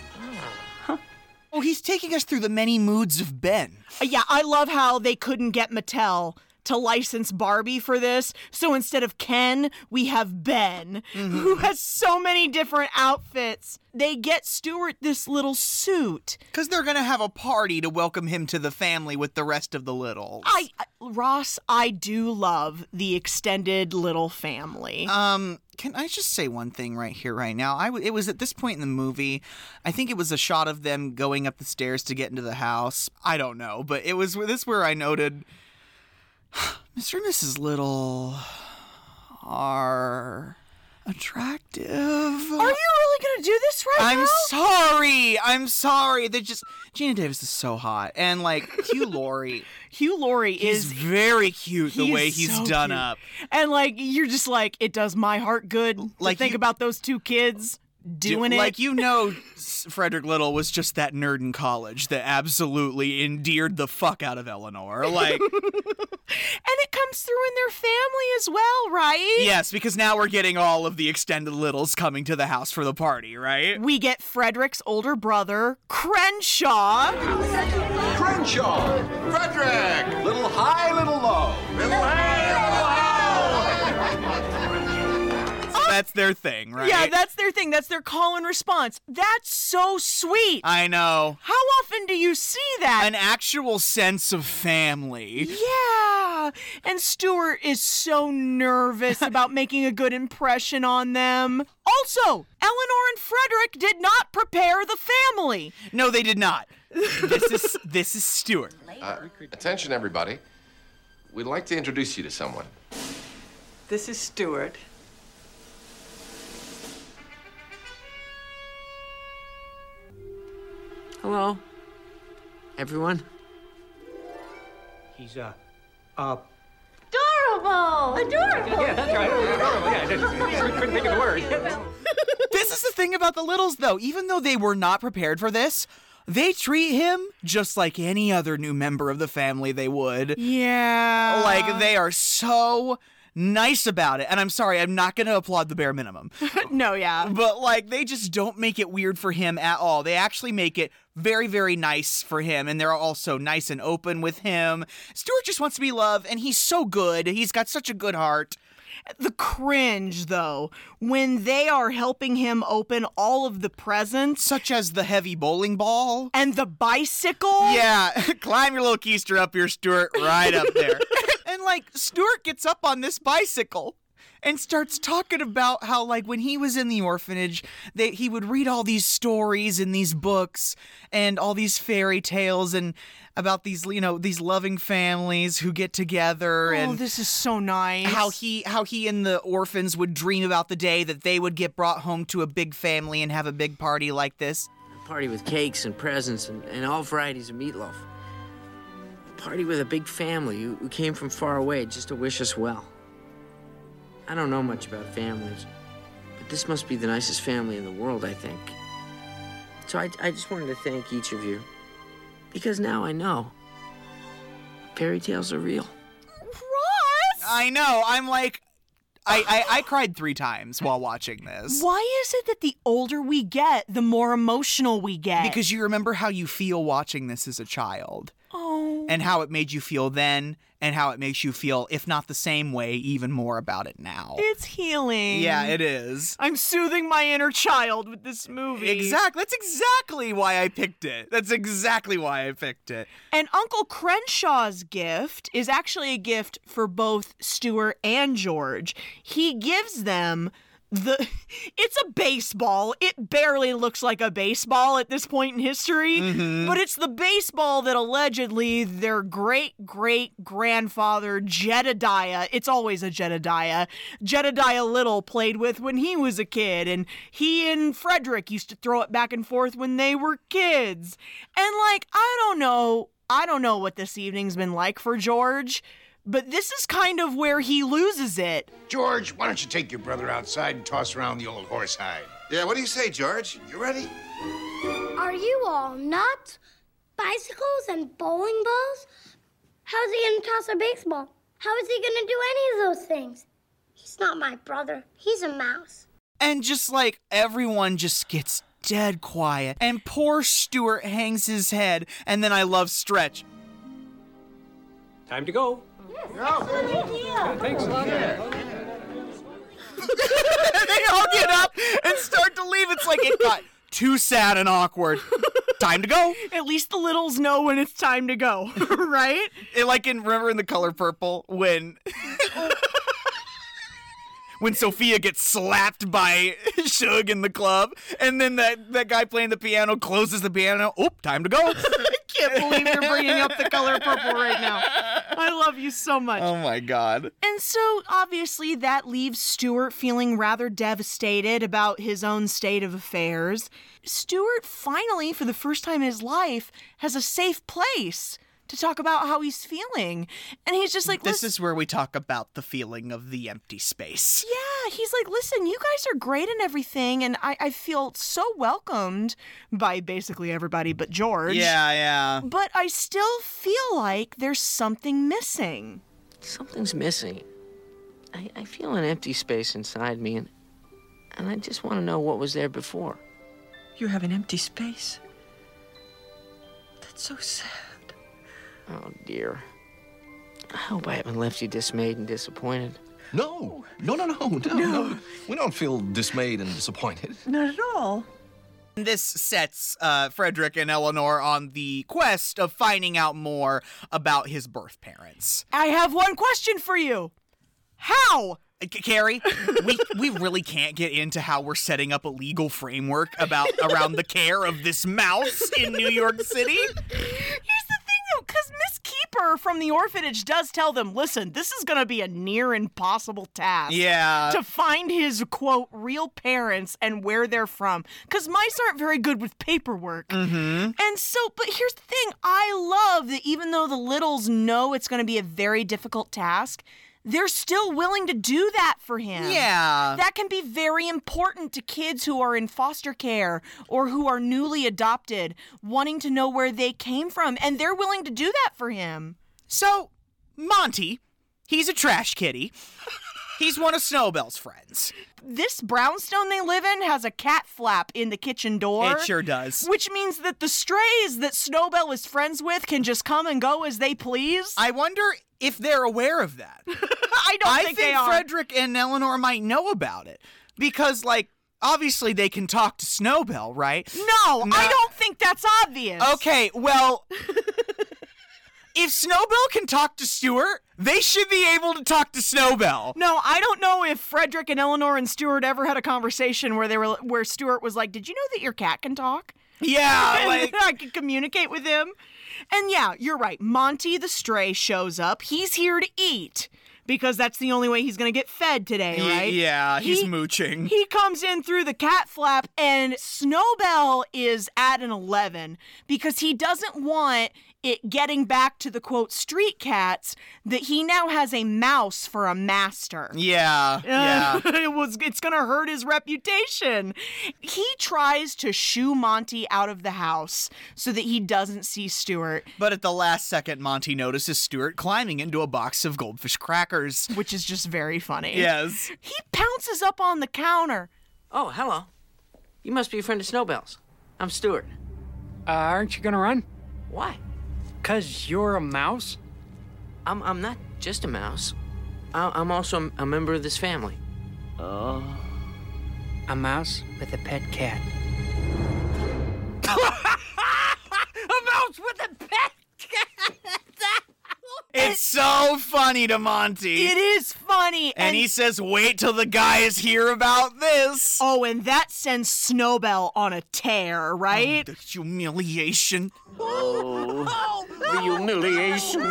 Speaker 1: oh, he's taking us through the many moods of Ben.
Speaker 2: Uh, Yeah, I love how they couldn't get Mattel to license Barbie for this. So instead of Ken, we have Ben,
Speaker 1: Mm-hmm.
Speaker 2: who has so many different outfits. They get Stuart this little suit.
Speaker 1: Because they're gonna have a party to welcome him to the family with the rest of the littles.
Speaker 2: I uh, Ross, I do love the extended little family.
Speaker 1: Um, can I just say one thing right here, right now? I w- it was at this point in the movie, I think it was a shot of them going up the stairs to get into the house. I don't know, but it was this where I noted Mr. and Mrs. Little are attractive.
Speaker 2: Are you really gonna do this right
Speaker 1: I'm
Speaker 2: now?
Speaker 1: sorry. I'm sorry. They just Gina Davis is so hot, and like Hugh Laurie
Speaker 2: Hugh Laurie
Speaker 1: is
Speaker 2: is
Speaker 1: very cute the
Speaker 2: he
Speaker 1: way
Speaker 2: is
Speaker 1: he's
Speaker 2: so
Speaker 1: done
Speaker 2: cute.
Speaker 1: up.
Speaker 2: and like you're just like it does my heart good. Like
Speaker 1: Like
Speaker 2: think
Speaker 1: you-
Speaker 2: about those two kids doing
Speaker 1: Do-
Speaker 2: it.
Speaker 1: Like you know, S- Frederick Little was just that nerd in college that absolutely endeared the fuck out of Eleanor. Like,
Speaker 2: and it comes through in their family as well, right?
Speaker 1: yes, because now we're getting all of the extended littles coming to the house for the party, right?
Speaker 2: We get Frederick's older brother, Crenshaw.
Speaker 11: Crenshaw! Frederick! Little high, little low.
Speaker 1: So that's their thing, right?
Speaker 2: Yeah, that's their thing. That's their call and response. That's so sweet.
Speaker 1: I know.
Speaker 2: How often do you see that?
Speaker 1: An actual sense of family.
Speaker 2: Yeah. And Stuart is so nervous about making a good impression on them. Also, Eleanor and Frederick did not prepare the family.
Speaker 1: No, they did not. This is this is Stuart.
Speaker 7: Uh,
Speaker 9: Attention, everybody. We'd like to introduce you to someone.
Speaker 8: This is Stuart. Hello.
Speaker 10: Everyone?
Speaker 7: He's, uh, uh,
Speaker 4: Adorable! Adorable!
Speaker 7: yeah, that's right. Yeah, just- couldn't think of the word.
Speaker 1: this is the thing about the Littles, though. Even though they were not prepared for this, they treat him just like any other new member of the family they would.
Speaker 2: Yeah.
Speaker 1: Like, they are so nice about it. And I'm sorry, I'm not going to applaud the bare minimum.
Speaker 2: no, yeah.
Speaker 1: But, like, they just don't make it weird for him at all. They actually make it very, very nice for him. And they're also nice and open with him. Stuart just wants to be loved, and he's so good. He's got such a good heart.
Speaker 2: The cringe, though, when they are helping him open all of the presents,
Speaker 1: such as the heavy bowling ball
Speaker 2: and the bicycle.
Speaker 1: Yeah, climb your little keister up here, Stuart, right up there. and like Stuart gets up on this bicycle and starts talking about how like when he was in the orphanage that he would read all these stories in these books and all these fairy tales and about these you know these loving families who get together
Speaker 2: Oh,
Speaker 1: and
Speaker 2: this is so nice.
Speaker 1: how he how he and the orphans would dream about the day that they would get brought home to a big family and have a big party like this
Speaker 10: Party with cakes and presents and, and all varieties of meatloaf. Party with a big family who, who came from far away just to wish us well. I don't know much about families, but this must be the nicest family in the world, I think. So I, I just wanted to thank each of you because now I know fairy tales are real.
Speaker 1: I know. I'm like, I, I, I cried three times while watching this.
Speaker 2: Why is it that the older we get, the more emotional we get?
Speaker 1: Because you remember how you feel watching this as a child
Speaker 2: Oh.
Speaker 1: and how it made you feel then and how it makes you feel, if not the same way, even more about it now.
Speaker 2: It's healing.
Speaker 1: Yeah, it is.
Speaker 2: I'm soothing my inner child with this movie.
Speaker 1: Exactly. That's exactly why I picked it. That's exactly why I picked it.
Speaker 2: And Uncle Crenshaw's gift is actually a gift for both Stuart and George. He gives them the it's a baseball. It barely looks like a baseball at this point in history,
Speaker 1: Mm-hmm.
Speaker 2: but it's the baseball that allegedly their great great grandfather Jedediah, it's always a Jedediah, Jedediah Little played with when he was a kid and he and Frederick used to throw it back and forth when they were kids. And like, I don't know, I don't know what this evening's been like for George, but this is kind of where he loses it.
Speaker 12: George, why don't you take your brother outside and toss around the old horse hide?
Speaker 9: Yeah, what do you say, George? You ready?
Speaker 4: Are you all nuts? Bicycles and bowling balls? How's he gonna toss a baseball? How is he gonna do any of those things? He's not my brother. He's a mouse.
Speaker 1: And just like everyone just gets dead quiet. And poor Stuart hangs his head. And then I love Stretch.
Speaker 7: Time to go.
Speaker 6: Thanks,
Speaker 1: they all get up and start to leave. It's like it got too sad and awkward. Time to go.
Speaker 2: At least the littles know when it's time to go, right?
Speaker 1: It, like in remember in the color purple when when Sophia gets slapped by Suge in the club, and then that that guy playing the piano closes the piano. Oop, time to go.
Speaker 2: Can't believe you're bringing up the color purple right now. I love you so much.
Speaker 1: oh my god.
Speaker 2: And so obviously that leaves Stuart feeling rather devastated about his own state of affairs. Stuart finally, for the first time in his life, has a safe place to talk about how he's feeling. And he's just like,
Speaker 1: This
Speaker 2: listen,
Speaker 1: is where we talk about the feeling of the empty space.
Speaker 2: yeah, he's like, listen, you guys are great and everything. And I, I feel so welcomed by basically everybody but George.
Speaker 1: Yeah, yeah.
Speaker 2: But I still feel like there's something missing.
Speaker 10: Something's missing. I, I feel an empty space inside me, and, and I just want to know what was there before.
Speaker 8: You have an empty space. That's so sad.
Speaker 10: Oh, dear. I hope I haven't left you dismayed and disappointed.
Speaker 13: No, no, no, no, no, no. We don't feel dismayed and disappointed.
Speaker 8: Not at all.
Speaker 1: This sets uh, Frederick and Eleanor on the quest of finding out more about his birth parents. Oh,
Speaker 2: I have one question for you. How?
Speaker 1: C- Carrie, we we really can't get into how we're setting up a legal framework about around the care of this mouse in New York City.
Speaker 2: Here's the thing, though, because Miss Keeper from the orphanage does tell them, listen, this is going to be a near impossible task.
Speaker 1: Yeah.
Speaker 2: To find his, quote, real parents and where they're from. Because mice aren't very good with paperwork.
Speaker 1: Mm-hmm.
Speaker 2: And so, but here's the thing I love that even though the littles know it's going to be a very difficult task, they're still willing to do that for him.
Speaker 1: Yeah.
Speaker 2: That can be very important to kids who are in foster care or who are newly adopted, wanting to know where they came from, and they're willing to do that for him.
Speaker 1: So, Monty, he's a trash kitty. He's one of Snowbell's friends.
Speaker 2: This brownstone they live in has a cat flap in the kitchen door.
Speaker 1: It sure does.
Speaker 2: Which means that the strays that Snowbell is friends with can just come and go as they please.
Speaker 1: I wonder if they're aware of that.
Speaker 2: I don't
Speaker 1: I
Speaker 2: think,
Speaker 1: think,
Speaker 2: they are.
Speaker 1: Frederick and Eleanor might know about it because, like, obviously they can talk to Snowbell, right?
Speaker 2: No, I don't think that's obvious.
Speaker 1: Okay, well, if Snowbell can talk to Stuart, they should be able to talk to Snowbell.
Speaker 2: No, I don't know if Frederick and Eleanor and Stuart ever had a conversation where they were where Stuart was like, "Did you know that your cat can talk?"
Speaker 1: Yeah,
Speaker 2: And
Speaker 1: like-
Speaker 2: I could communicate with him. And yeah, you're right. Monty the stray shows up. He's here to eat because that's the only way he's going to get fed today,
Speaker 1: Y-
Speaker 2: right?
Speaker 1: yeah, he's
Speaker 2: He-
Speaker 1: mooching.
Speaker 2: He comes in through the cat flap, and Snowbell is at an 11 because he doesn't want it getting back to the quote street cats that he now has a mouse for a master. Uh,
Speaker 1: Yeah, yeah.
Speaker 2: it was it's gonna hurt his reputation. He tries to shoo Monty out of the house so that he doesn't see Stuart.
Speaker 1: But at the last second, Monty notices Stuart climbing into a box of goldfish crackers,
Speaker 2: which is just very funny.
Speaker 1: Yes.
Speaker 2: He pounces up on the counter.
Speaker 10: Oh, hello. You must be a friend of Snowbell's. I'm Stuart.
Speaker 14: Uh, aren't you gonna run?
Speaker 10: Why?
Speaker 14: Cause you're a mouse?
Speaker 10: I'm, I'm not just a mouse. I- I'm also a member of this family. Oh.
Speaker 14: A mouse with a pet cat.
Speaker 6: A mouse with a pet cat.
Speaker 1: It's so funny to Monty.
Speaker 2: It is funny.
Speaker 1: And, he says, wait till the guys hear about this.
Speaker 2: Oh, and that sends Snowbell on a tear, right?
Speaker 1: Oh, the humiliation.
Speaker 6: Oh, the humiliation.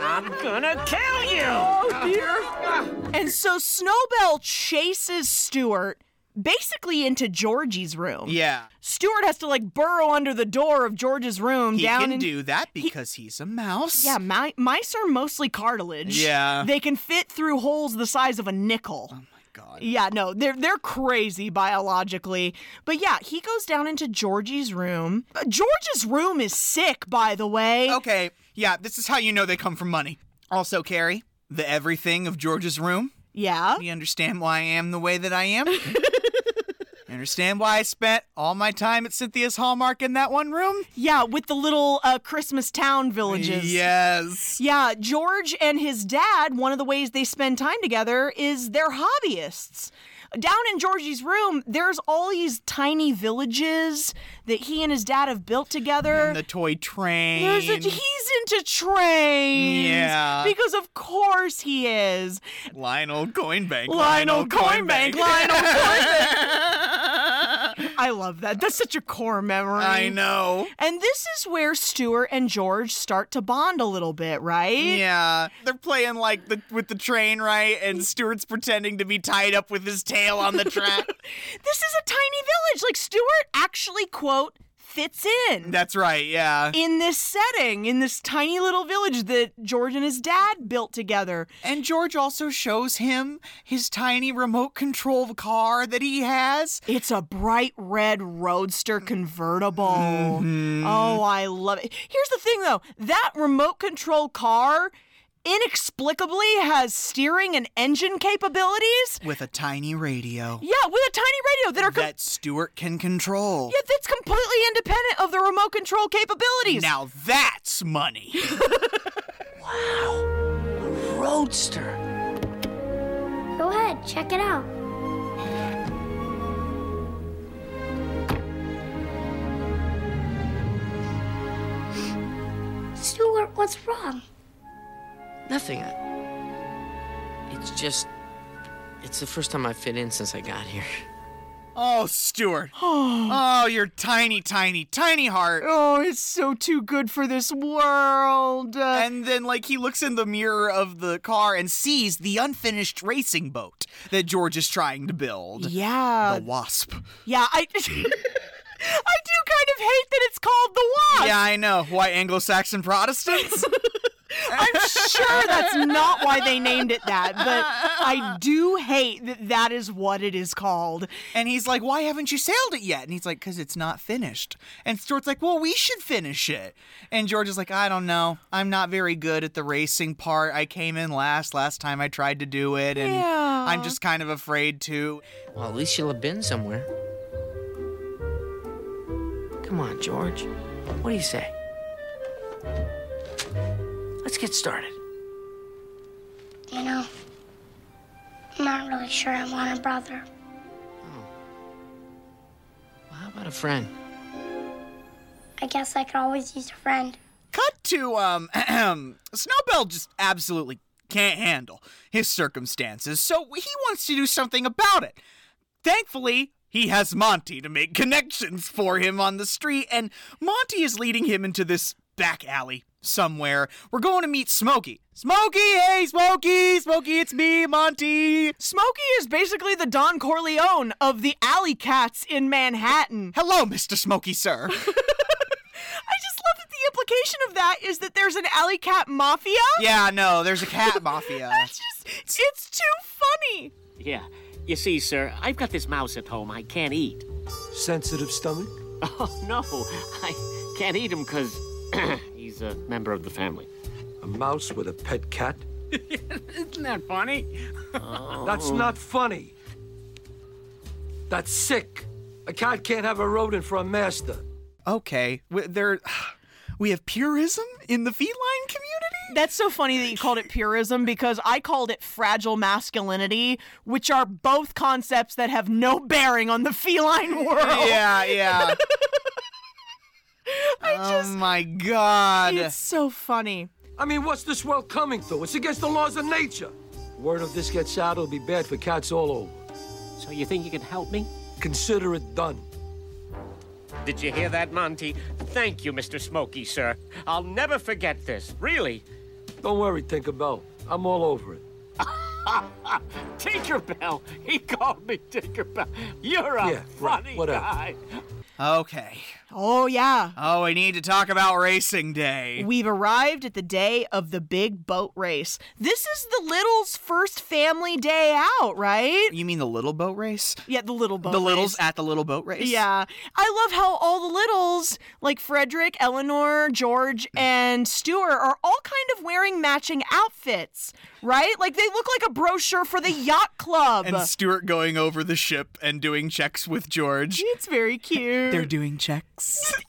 Speaker 6: I'm gonna kill you.
Speaker 2: Oh, And so Snowbell chases Stuart basically into Georgie's room.
Speaker 1: Yeah.
Speaker 2: Stuart has to like burrow under the door of George's room
Speaker 1: He
Speaker 2: down
Speaker 1: can
Speaker 2: in-
Speaker 1: do that because he's a mouse.
Speaker 2: Yeah, mi- mice are mostly cartilage.
Speaker 1: Yeah.
Speaker 2: They can fit through holes the size of a nickel. Oh my god. Yeah, no, they're they're crazy biologically. But yeah, he goes down into Georgie's room. Uh, George's room is sick, by the way.
Speaker 1: Okay. Yeah, this is how you know they come from money. Also, Carrie, the everything of George's room.
Speaker 2: Yeah.
Speaker 1: You understand why I am the way that I am? you understand why I spent all my time at Cynthia's Hallmark in that one room?
Speaker 2: Yeah, with the little uh, Christmas town villages.
Speaker 1: Yes.
Speaker 2: Yeah, George and his dad, one of the ways they spend time together is they're hobbyists. Down in Georgie's room, there's all these tiny villages that he and his dad have built together.
Speaker 1: The toy train.
Speaker 2: There's a, he's into trains.
Speaker 1: Yeah.
Speaker 2: Because of course he is.
Speaker 1: Lionel Coinbank.
Speaker 2: Lionel Coinbank. Lionel Coinbank. I love that. That's such a core memory.
Speaker 1: I know.
Speaker 2: And this is where Stuart and George start to bond a little bit, right?
Speaker 1: Yeah, Uh, they're playing like the with the train, right? And Stuart's pretending to be tied up with his tail on the track.
Speaker 2: This is a tiny village. Like Stuart actually quote fits in.
Speaker 1: That's right. Yeah.
Speaker 2: in this setting, in this tiny little village that George and his dad built together.
Speaker 1: And George also shows him his tiny remote control car that he has.
Speaker 2: It's a bright red roadster convertible.
Speaker 1: Mm-hmm.
Speaker 2: Oh, I love it. Here's the thing though that remote control car inexplicably has steering and engine capabilities.
Speaker 1: With a tiny radio
Speaker 2: Yeah, with a tiny radio that are com-
Speaker 1: that Stuart can control.
Speaker 2: yeah, that's completely independent of the remote control capabilities.
Speaker 1: Now that's money.
Speaker 10: Roadster.
Speaker 4: Go ahead, check it out. Stuart, what's wrong?
Speaker 10: Nothing. It's just. It's the first time I've fit in since I got here.
Speaker 1: Oh, Stuart. oh, your tiny, tiny, tiny heart.
Speaker 2: Oh, it's so too good for this world.
Speaker 1: And then, like, he looks in the mirror of the car and sees the unfinished racing boat that George is trying to build.
Speaker 2: Yeah.
Speaker 1: The Wasp.
Speaker 2: Yeah, I I do kind of hate that it's called the wasp.
Speaker 1: Yeah, I know. Why Anglo Saxon Protestants?
Speaker 2: I'm sure that's not why they named it that, but I do hate that that is what it is called.
Speaker 1: And he's like, why haven't you sailed it yet? And he's like, because it's not finished. And Stuart's like, well, we should finish it. And George is like, I don't know. I'm not very good at the racing part. I came in last last time I tried to do it, and
Speaker 2: Yeah.
Speaker 1: I'm just kind of afraid to.
Speaker 10: Well, at least you'll have been somewhere. Come on, George. What do you say? Let's get started.
Speaker 4: You know, I'm not really sure I want a brother.
Speaker 10: How about a friend?
Speaker 4: I guess I could always use a friend.
Speaker 1: Cut to um Snowbell just absolutely can't handle his circumstances, so he wants to do something about it. Thankfully, he has Monty to make connections for him on the street, and Monty is leading him into this back alley somewhere. We're going to meet Smokey. Smokey, hey Smokey, Smokey, it's me, Monty.
Speaker 2: Smokey is basically the Don Corleone of the alley cats in Manhattan.
Speaker 1: Hello, Mr. Smokey, sir.
Speaker 2: I just love that the implication of that is that there's an alley cat mafia.
Speaker 1: yeah, no, there's a cat mafia.
Speaker 2: It's just, it's too funny.
Speaker 7: Yeah. You see, sir, I've got this mouse at home I can't eat. Sensitive stomach? Oh, no. I can't eat him because he's a member of the family. A mouse with a pet cat?
Speaker 15: Isn't that funny? That's not funny. That's sick. A cat can't have a rodent for a master.
Speaker 1: okay, w- there, we have purism in the feline community.
Speaker 2: That's so funny that you called it purism because I called it fragile masculinity, which are both concepts that have no bearing on the feline world.
Speaker 1: Yeah, yeah. oh my god.
Speaker 2: It's so funny.
Speaker 15: I mean, what's this world coming to? It's against the laws of nature. Word of this gets out, it'll be bad for cats all over. So you think you can help me? Consider it done.
Speaker 7: Did you hear that, Monty? Thank you, Mr. Smokey, sir. I'll never forget this, really.
Speaker 15: Don't worry, Tinkerbell. I'm all over it.
Speaker 7: Tinkerbell! He called me Tinkerbell. You're a
Speaker 15: Yeah, right,
Speaker 7: funny
Speaker 15: whatever.
Speaker 7: guy.
Speaker 1: Okay.
Speaker 2: Oh, yeah.
Speaker 1: Oh, we need to talk about racing day.
Speaker 2: We've arrived at the day of the big boat race. This is the Littles' first family day out, right?
Speaker 1: You mean the little boat race?
Speaker 2: Yeah, the little boat.
Speaker 1: the littles
Speaker 2: race.
Speaker 1: at the little boat race.
Speaker 2: Yeah. I love how all the littles, like Frederick, Eleanor, George,
Speaker 1: Mm.
Speaker 2: and Stuart, are all kind of wearing matching outfits, right? Like they look like a brochure for the yacht club.
Speaker 1: And Stuart going over the ship and doing checks with George.
Speaker 2: it's very cute.
Speaker 1: They're doing checks.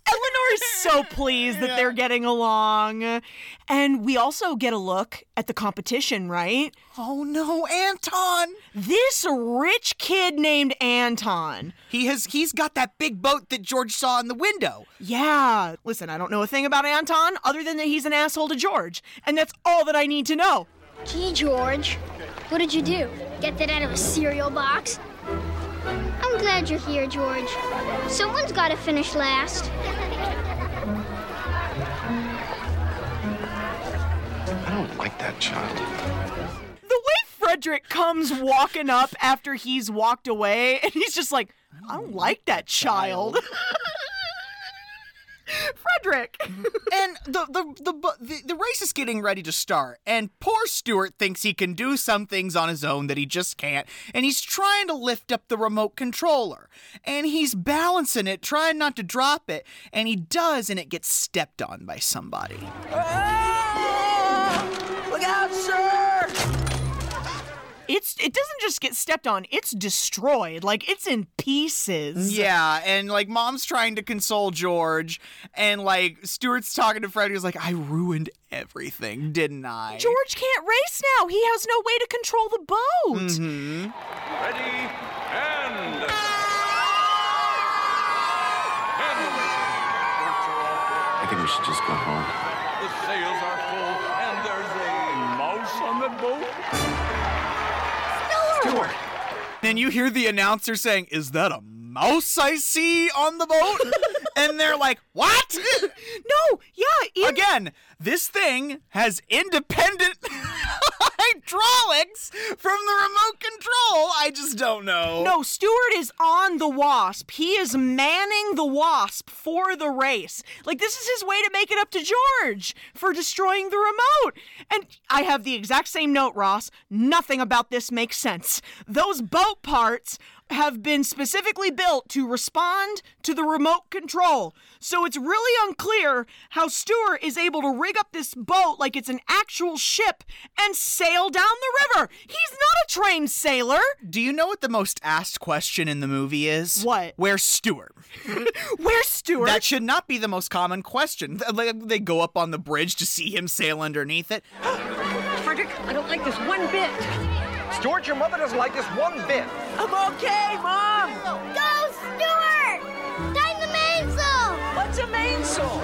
Speaker 2: Eleanor is so pleased that they're getting along. And we also get a look at the competition, right?
Speaker 1: Oh no, Anton!
Speaker 2: This rich kid named Anton.
Speaker 1: He has he's got that big boat that George saw in the window.
Speaker 2: Yeah. Listen, I don't know a thing about Anton other than that he's an asshole to George. And that's all that I need to know.
Speaker 4: Gee, George, what did you do? Get that out of a cereal box? I'm glad you're here, George. Someone's got to finish last.
Speaker 9: I don't like that child.
Speaker 2: The way Frederick comes walking up after he's walked away, and he's just like, I don't like that child. Frederick.
Speaker 1: and the the, the bu- the the race is getting ready to start, and poor Stuart thinks he can do some things on his own that he just can't, and he's trying to lift up the remote controller, and he's balancing it, trying not to drop it, and he does, and it gets stepped on by somebody.
Speaker 6: Ah! Look out, sir!
Speaker 2: It's it doesn't just get stepped on, it's destroyed. Like it's in pieces.
Speaker 1: Yeah, and like mom's trying to console George, and like Stuart's talking to Freddy, he's like, I ruined everything, didn't I?
Speaker 2: George can't race now. He has no way to control the boat.
Speaker 1: Mhm.
Speaker 16: Ready and.
Speaker 9: I think we should just go home.
Speaker 16: The sails are full and there's a mouse on the boat.
Speaker 1: Stuart. And you hear the announcer saying, Is that a mouse I see on the boat? and they're like, What?
Speaker 2: No, yeah.
Speaker 1: Again, this thing has independent hydraulics from the remote control. I just don't know.
Speaker 2: No, Stewart is on the Wasp. He is manning the Wasp for the race. Like, this is his way to make it up to George for destroying the remote. And I have the exact same note, Ross. Nothing about this makes sense. Those boat parts have been specifically built to respond to the remote control. So it's really unclear how Stewart is able to rig up this boat like it's an actual ship and sail down the river. He's not a trained sailor.
Speaker 1: Do you know what the most asked question in the movie is?
Speaker 2: What?
Speaker 1: Where's Stewart?
Speaker 2: Where's Stewart?
Speaker 1: That should not be the most common question. Th- like, They go up on the bridge to see him sail underneath it.
Speaker 6: Frederick, I don't like this one bit.
Speaker 17: Stuart, your mother doesn't like this one bit.
Speaker 6: I'm okay, Mom.
Speaker 4: Go, Stuart! Time the mainsail!
Speaker 6: What's a mainsail?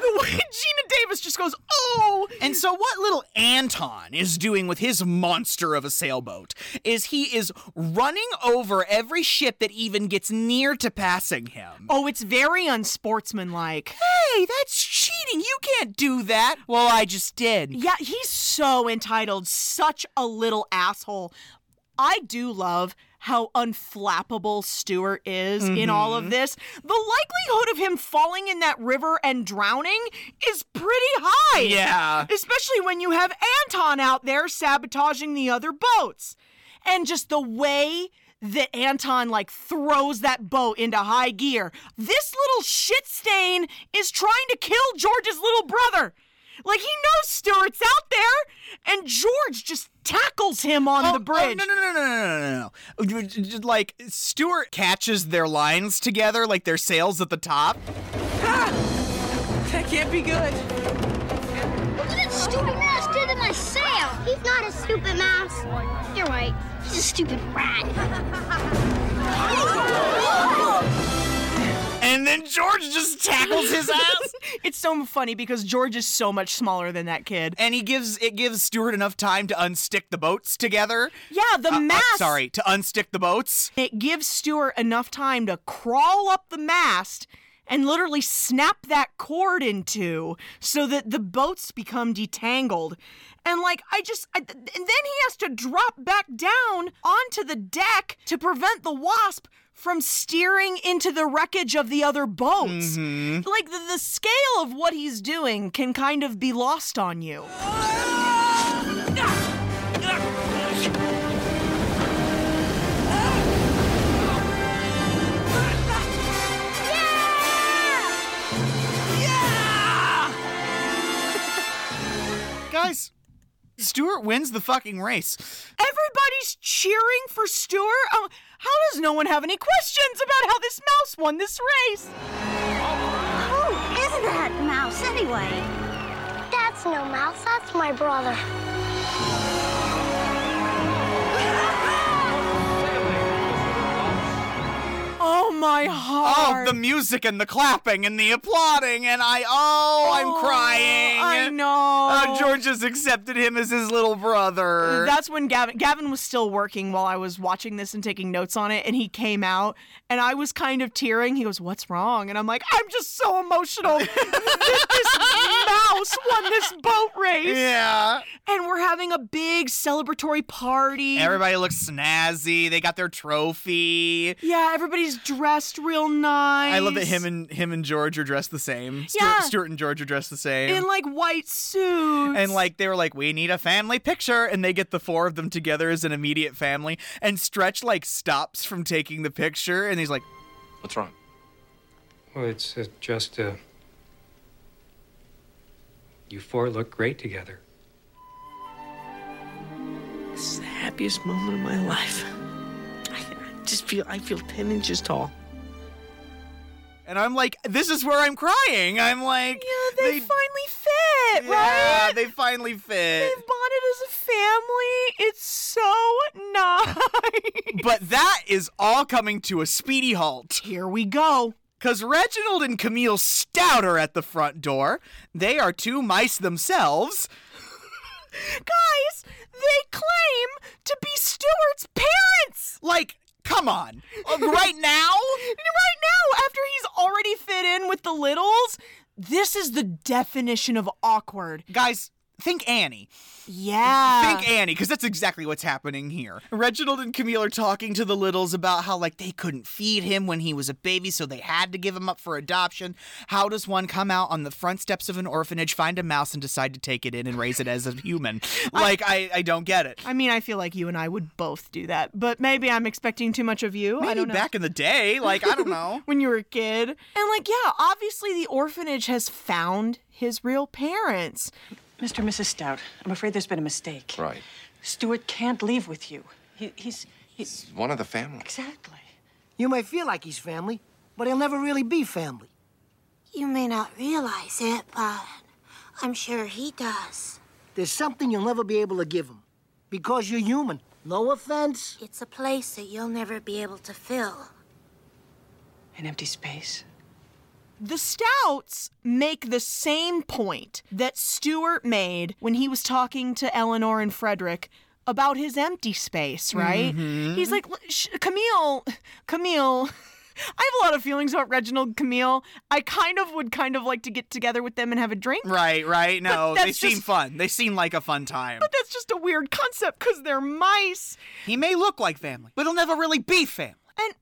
Speaker 1: The way Gina Davis just goes, oh! And so, what little Anton is doing with his monster of a sailboat is he is running over every ship that even gets near to passing him.
Speaker 2: Oh, it's very unsportsmanlike.
Speaker 1: Hey, that's cheating. You can't do that. Well, I just did.
Speaker 2: Yeah, he's so entitled, such a little asshole. I do love how unflappable Stewart is in all of this. The likelihood of him falling in that river and drowning is pretty high.
Speaker 1: Yeah.
Speaker 2: Especially when you have Anton out there sabotaging the other boats. And just the way that Anton like throws that boat into high gear. This little shit stain is trying to kill George's little brother. Like he knows Stewart's out there, and George just tackles him on the bridge.
Speaker 1: Oh, no, no, no, no, no, no, no. J- j- Like, Stewart catches their lines together, like their sails at the top.
Speaker 6: That can't be good.
Speaker 4: Look at that stupid mouse did to my sail! He's not a stupid mouse. You're right. He's a stupid rat.
Speaker 1: And then George just tackles his ass.
Speaker 2: it's so funny because George is so much smaller than that kid.
Speaker 1: And he gives it gives Stewart enough time to unstick the boats together.
Speaker 2: Yeah, the
Speaker 1: Uh, uh,
Speaker 2: mast.
Speaker 1: sorry, to unstick the boats.
Speaker 2: It gives Stewart enough time to crawl up the mast and literally snap that cord in two so that the boats become detangled. And like I just I, and then he has to drop back down onto the deck to prevent the wasp from steering into the wreckage of the other boats. Like the, the scale of what he's doing can kind of be lost on you.
Speaker 1: Guys, Stewart wins the fucking race.
Speaker 2: Everybody's cheering for Stewart. Um, how does no one have any questions about how this mouse won this race?
Speaker 4: Who is that mouse anyway? That's no mouse, that's my brother.
Speaker 2: Oh my
Speaker 1: Oh,
Speaker 2: heart.
Speaker 1: the music and the clapping and the applauding, and I, oh, I'm crying.
Speaker 2: I know.
Speaker 1: Oh, George has accepted him as his little brother.
Speaker 2: That's when Gavin Gavin was still working while I was watching this and taking notes on it and he came out and I was kind of tearing. He goes, "What's wrong?" And I'm like, "I'm just so emotional that this mouse won this boat race."
Speaker 1: Yeah.
Speaker 2: And we're having a big celebratory party.
Speaker 1: Everybody looks snazzy. They got their trophy.
Speaker 2: Yeah, everybody's dressed real nice.
Speaker 1: I love that him and him and George are dressed the same. Stuart,
Speaker 2: Yeah.
Speaker 1: Stuart and George are dressed the same.
Speaker 2: in like white suits.
Speaker 1: and like they were like, we need a family picture, and they get the four of them together as an immediate family. And Stretch like stops from taking the picture, and he's like,
Speaker 9: What's wrong?
Speaker 18: Well, it's uh, just, uh, you four look great together.
Speaker 10: This is the happiest moment of my life. I, I just feel, I feel 10 inches tall.
Speaker 1: and I'm like, this is where I'm crying. I'm like,
Speaker 2: yeah, they, finally fit,
Speaker 1: yeah,
Speaker 2: right?
Speaker 1: they finally fit.
Speaker 2: They've bonded as a family. It's so nice.
Speaker 1: but that is all coming to a speedy halt.
Speaker 2: Here we go.
Speaker 1: Because Reginald and Camille Stout are at the front door. They are two mice themselves.
Speaker 2: Guys, they claim to be Stewart's parents.
Speaker 1: Like, come on. Uh, Right now?
Speaker 2: Right now, after he's already fit in with the littles, this is the definition of awkward.
Speaker 1: Guys, think Annie.
Speaker 2: Yeah.
Speaker 1: Think Annie, because that's exactly what's happening here. Reginald and Camille are talking to the Littles about how, like, they couldn't feed him when he was a baby, so they had to give him up for adoption. How does one come out on the front steps of an orphanage, find a mouse, and decide to take it in and raise it as a human? Like, I, I don't get it.
Speaker 2: I mean, I feel like you and I would both do that, but maybe I'm expecting too much of you. I
Speaker 1: Maybe
Speaker 2: don't know.
Speaker 1: back in the day, like, I don't know.
Speaker 2: when you were a kid. And like, yeah, obviously the orphanage has found his real parents.
Speaker 8: Mr. and Mrs. Stout, I'm afraid there's been a mistake.
Speaker 9: Right.
Speaker 8: Stuart can't leave with you. He, he's, he's.
Speaker 9: One of the family.
Speaker 8: Exactly.
Speaker 19: You may feel like he's family, but he'll never really be family.
Speaker 20: You may not realize it, but I'm sure he does.
Speaker 19: There's something you'll never be able to give him because you're human. No offense.
Speaker 20: It's a place that you'll never be able to fill.
Speaker 8: An empty space.
Speaker 2: The Stouts make the same point that Stuart made when he was talking to Eleanor and Frederick about his empty space, right?
Speaker 1: Mm-hmm.
Speaker 6: Mhm.
Speaker 2: He's like, "Look, sh- Camille, Camille. I have a lot of feelings about Reginald Camille. I kind of would kind of like to get together with them and have a drink.
Speaker 1: Right, right.
Speaker 2: But
Speaker 1: No, they
Speaker 2: that's
Speaker 1: seem
Speaker 2: just-
Speaker 1: fun. They seem like a fun time.
Speaker 2: But that's just a weird concept because they're mice.
Speaker 1: He may look like family, but he'll never really be family.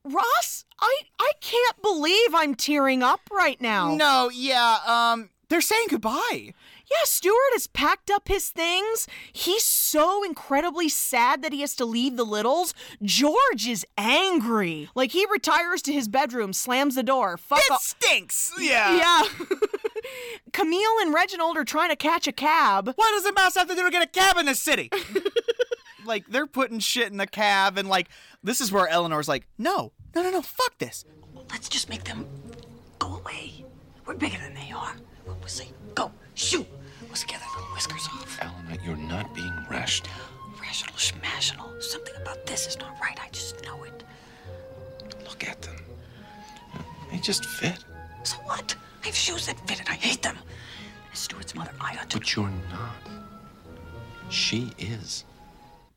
Speaker 2: And Ross, I I can't believe I'm tearing up right now.
Speaker 1: No, yeah, um, they're saying goodbye.
Speaker 2: Yeah, Stuart has packed up his things. He's so incredibly sad that he has to leave the Littles. George is angry. Like he retires to his bedroom, slams the door. Fuck
Speaker 1: It
Speaker 2: all-
Speaker 1: stinks. Yeah.
Speaker 2: Yeah. Camille and Reginald are trying to catch a cab.
Speaker 1: Why does a mouse have to do to get a cab in this city? like they're putting shit in the cab, and like this is where Eleanor's like, no, no, no, no, fuck this.
Speaker 8: Let's just make them go away. We're bigger than they are. We'll we'll say, go, shoot. Let's get their little whiskers off.
Speaker 9: Elena, you're not being rational.
Speaker 8: Rational, shmational. Something about this is not right. I just know it.
Speaker 9: Look at them. They just fit.
Speaker 8: So what? I have shoes that fit it. I hate them. As Stuart's mother, I uh, ought to.
Speaker 9: But you're not. She is.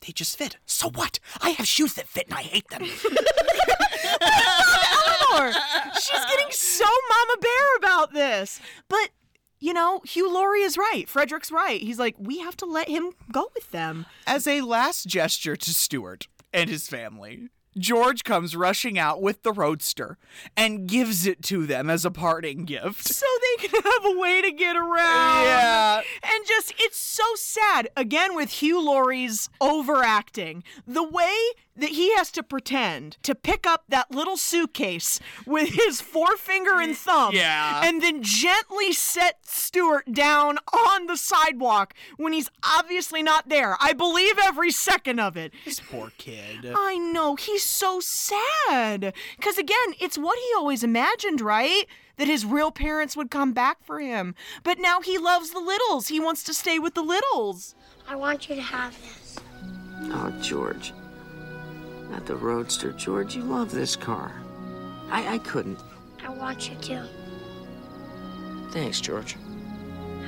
Speaker 1: They just fit. So what? I have shoes that fit, and I hate them.
Speaker 2: Eleanor. She's getting so Mama Bear about this. But, you know, Hugh Laurie is right. Frederick's right. He's like, we have to let him go with them.
Speaker 1: As a last gesture to Stuart and his family, George comes rushing out with the roadster and gives it to them as a parting gift.
Speaker 2: So they can have a way to get around.
Speaker 1: Yeah.
Speaker 2: And just, it's so sad. Again, with Hugh Laurie's overacting, the way that he has to pretend to pick up that little suitcase with his forefinger and thumb
Speaker 6: Yeah.
Speaker 2: and then gently set Stuart down on the sidewalk when he's obviously not there. I believe every second of it.
Speaker 1: This poor kid.
Speaker 2: I know, he's so sad. Because again, it's what he always imagined, right? That his real parents would come back for him. But now he loves the Littles. He wants to stay with the Littles.
Speaker 4: I want you to have this.
Speaker 10: Oh, George. Not the roadster, George. You love this car. I, I couldn't.
Speaker 4: I want you to.
Speaker 10: Thanks, George.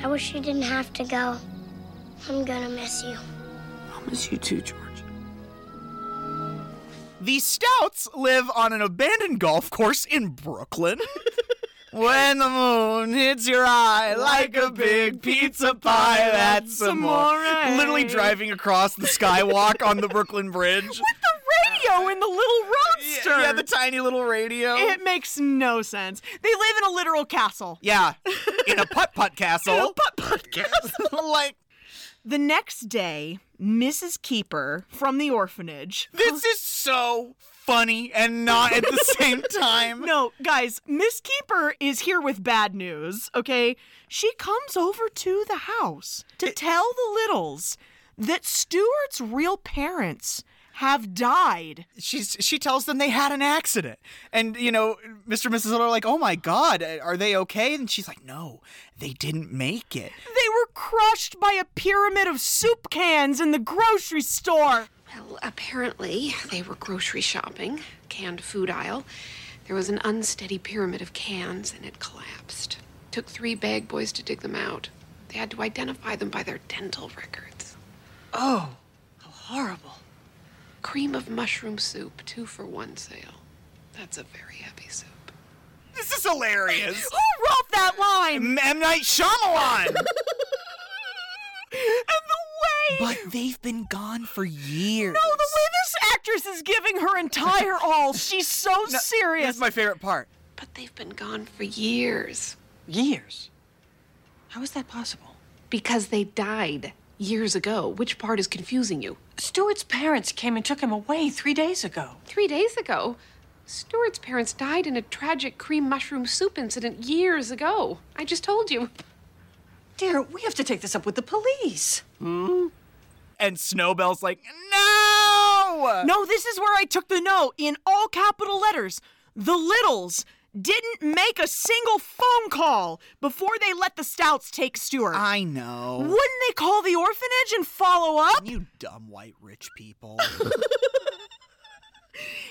Speaker 4: I wish you didn't have to go. I'm gonna miss you.
Speaker 10: I'll miss you too, George.
Speaker 1: The Stouts live on an abandoned golf course in Brooklyn. when the moon hits your eye like a big pizza pie, that's some more. Literally driving across the skywalk on the Brooklyn Bridge.
Speaker 2: The radio in the little roadster.
Speaker 1: Yeah, yeah, the tiny little radio.
Speaker 2: It makes no sense. They live in a literal castle.
Speaker 1: Yeah, in a putt putt castle. like
Speaker 2: the next day, Mrs. Keeper from the orphanage.
Speaker 1: This is so funny and not at the same time.
Speaker 2: No, guys, Miss Keeper is here with bad news, okay? She comes over to the house to tell the Littles that Stuart's real parents have died.
Speaker 1: She's she tells them they had an accident. And you know, Mr. and Mrs. Little are like, "Oh my god, are they okay?" And she's like, "No, they didn't make it."
Speaker 2: They were crushed by a pyramid of soup cans in the grocery store.
Speaker 5: Well, apparently, they were grocery shopping, canned food aisle. There was an unsteady pyramid of cans and it collapsed. Took three bag boys to dig them out. They had to identify them by their dental records.
Speaker 8: Oh, how horrible.
Speaker 5: Cream of mushroom soup, two for one sale. That's a very heavy soup.
Speaker 1: This is hilarious.
Speaker 2: Who wrote that line?
Speaker 1: M. Night Shyamalan.
Speaker 21: But they've been gone for years.
Speaker 2: No, the way this actress is giving her entire all, she's so serious.
Speaker 1: That's my favorite part.
Speaker 5: They've been gone for years.
Speaker 8: Years? How is that possible?
Speaker 5: Because they died years ago. Which part is confusing you?
Speaker 8: Stuart's parents came and took him away three days ago.
Speaker 5: Three days ago, Stuart's parents died in a tragic cream mushroom soup incident years ago. I just told you.
Speaker 8: Dear, we have to take this up with the police.
Speaker 1: Hmm? And Snowbell's like, no!
Speaker 2: No, this is where I took the no in all capital letters. The Littles didn't make a single phone call before they let the Stouts take Stuart.
Speaker 1: I know.
Speaker 2: Wouldn't they call the orphanage and follow up?
Speaker 21: You dumb white rich people.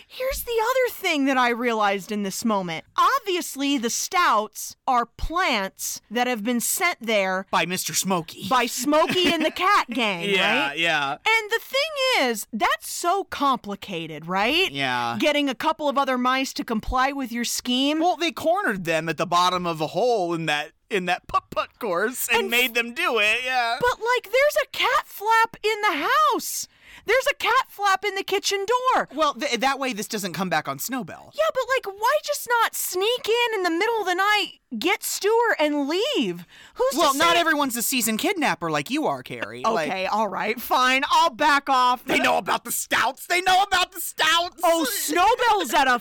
Speaker 2: Here's the other thing that I realized in this moment. Obviously, the stouts are plants that have been sent there
Speaker 21: by Mr. Smokey.
Speaker 2: By Smokey and the Cat Gang,
Speaker 1: yeah,
Speaker 2: right?
Speaker 1: yeah.
Speaker 2: And the thing is, that's so complicated, right?
Speaker 1: Yeah.
Speaker 2: Getting a couple of other mice to comply with your scheme.
Speaker 1: Well, they cornered them at the bottom of a hole in that in that putt putt course and, made them do it. Yeah.
Speaker 2: But like there's a cat flap in the house. There's a cat flap in the kitchen door.
Speaker 21: Well, th- that way this doesn't come back on Snowbell.
Speaker 2: Yeah, but like, why just not sneak in in the middle of the night, get Stuart, and leave? Who's to
Speaker 21: well, not
Speaker 2: say-
Speaker 21: everyone's a seasoned kidnapper like you are, Carrie. Like-
Speaker 2: Okay, all right, fine. I'll back off.
Speaker 21: They know about the stouts. They know about the stouts.
Speaker 2: Oh, Snowbell's at a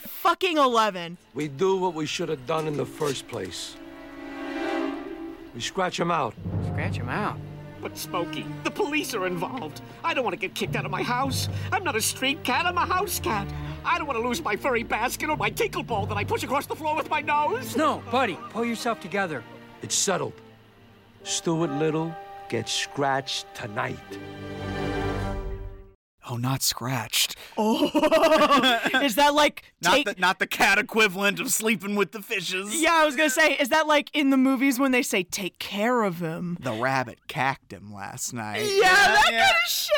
Speaker 2: fucking 11.
Speaker 15: We do what we should have done in the first place. We scratch him out.
Speaker 14: Scratch him out.
Speaker 7: But Smokey, the police are involved. I don't want to get kicked out of my house. I'm not a street cat, I'm a house cat. I don't want to lose my furry basket or my tinkle ball that I push across the floor with my nose.
Speaker 14: No, buddy, pull yourself together.
Speaker 15: It's settled. Stuart Little gets scratched tonight.
Speaker 21: Oh, not scratched.
Speaker 2: Oh, is that like
Speaker 1: Not
Speaker 2: take?
Speaker 1: the not the cat equivalent of sleeping with the fishes.
Speaker 2: yeah, I was gonna say, is that like in the movies when they say take care of him?
Speaker 21: The rabbit cacked him last night.
Speaker 2: Yeah, that kind of shit.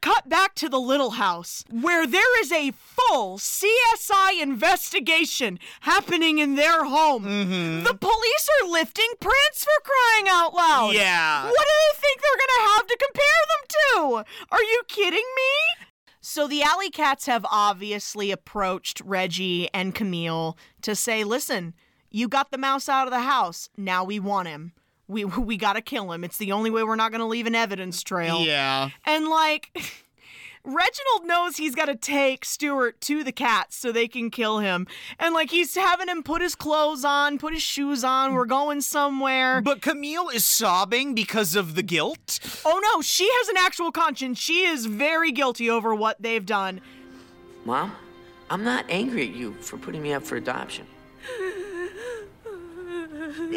Speaker 2: Cut back to the little house where there is a full CSI investigation happening in their home. The police are lifting prints for crying out loud.
Speaker 1: Yeah.
Speaker 2: What do they think they're going to have to compare them to? Are you kidding me? So the Alley Cats have obviously approached Reggie and Camille to say, "Listen, you got the mouse out of the house. Now we want him. We we got to kill him. It's the only way we're not going to leave an evidence trail."
Speaker 1: Yeah.
Speaker 2: And like Reginald knows he's got to take Stuart to the cats so they can kill him. And like he's having him put his clothes on, put his shoes on. We're going somewhere.
Speaker 21: But Camille is sobbing because of the guilt.
Speaker 2: Oh no, she has an actual conscience. She is very guilty over what they've done.
Speaker 10: Mom, I'm not angry at you for putting me up for adoption.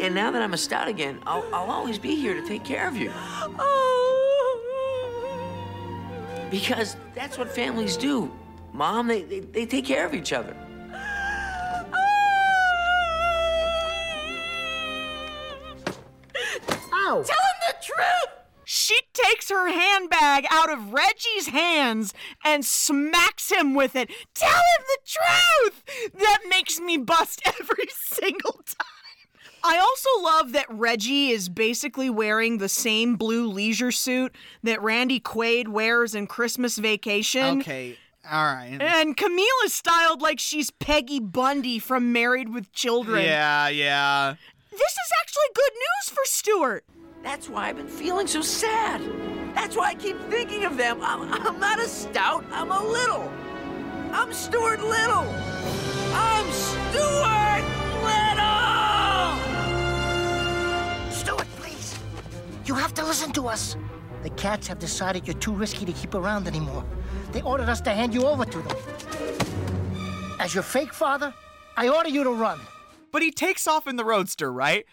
Speaker 10: And now that I'm a stout again, I'll, I'll always be here to take care of you.
Speaker 2: Oh.
Speaker 10: Because that's what families do. Mom, they, they, they take care of each other.
Speaker 19: Ow!
Speaker 2: Tell him the truth! She takes her handbag out of Reggie's hands and smacks him with it. Tell him the truth! That makes me bust every single time. I also love that Reggie is basically wearing the same blue leisure suit that Randy Quaid wears in Christmas Vacation.
Speaker 21: Okay, all right.
Speaker 2: And Camille is styled like she's Peggy Bundy from Married with Children.
Speaker 21: Yeah, yeah.
Speaker 2: This is actually good news for Stuart.
Speaker 10: That's why I've been feeling so sad. That's why I keep thinking of them. I'm, I'm not a stout, I'm a little. I'm Stuart Little. I'm Stuart Little!
Speaker 19: Stuart, please! You have to listen to us! The cats have decided you're too risky to keep around anymore. They ordered us to hand you over to them. As your fake father, I order you to run.
Speaker 21: But he takes off in the roadster, right?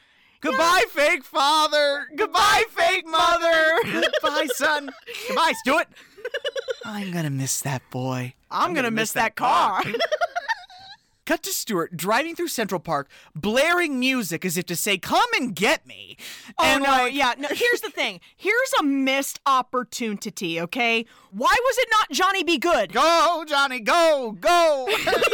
Speaker 21: Goodbye, fake father. Goodbye, fake mother. Goodbye, son. Goodbye, Stuart. I'm gonna miss that boy.
Speaker 2: I'm, gonna, miss, that car.
Speaker 1: Ah. Cut to Stuart driving through Central Park, blaring music as if to say, "Come and get me."
Speaker 2: Oh no, yeah. No, here's the thing. Here's a missed opportunity, okay? Why was it not Johnny Be Good?
Speaker 1: Go, Johnny, go, go.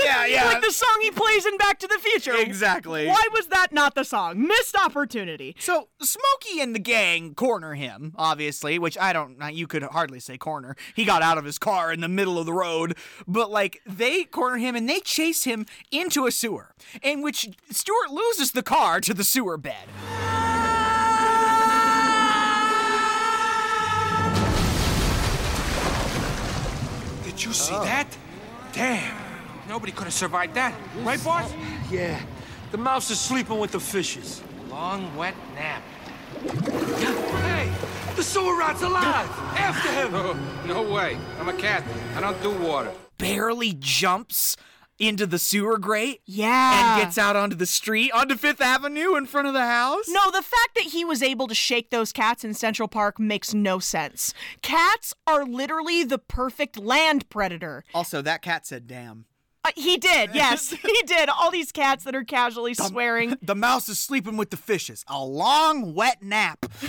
Speaker 1: yeah, yeah.
Speaker 2: like the song he plays in Back to the Future.
Speaker 1: Exactly.
Speaker 2: Why was that not the song? Missed opportunity.
Speaker 1: So Smokey and the gang corner him, obviously, which I don't. You could hardly say corner. He got out of his car in the middle of the road, but like they corner him and they chase him into a sewer, in which Stuart loses the car to the sewer bed.
Speaker 16: Did you
Speaker 15: Oh.
Speaker 16: see that? Damn. Nobody could have survived that. Right, boss?
Speaker 15: Yeah, the mouse is sleeping with the fishes.
Speaker 18: Long, wet nap.
Speaker 15: Hey, the sewer rat's alive! After him!
Speaker 16: No way. I'm a cat. I don't do water.
Speaker 1: barely jumps into the sewer grate.
Speaker 2: Yeah.
Speaker 1: And gets out onto the street, onto Fifth Avenue in front of the house.
Speaker 2: No, the fact that he was able to shake those cats in Central Park makes no sense. Cats are literally the perfect land predator.
Speaker 1: Also, that cat said, damn.
Speaker 2: Uh, he did, yes, he did. All these cats that are casually swearing.
Speaker 1: The mouse is sleeping with the fishes. A long, wet nap.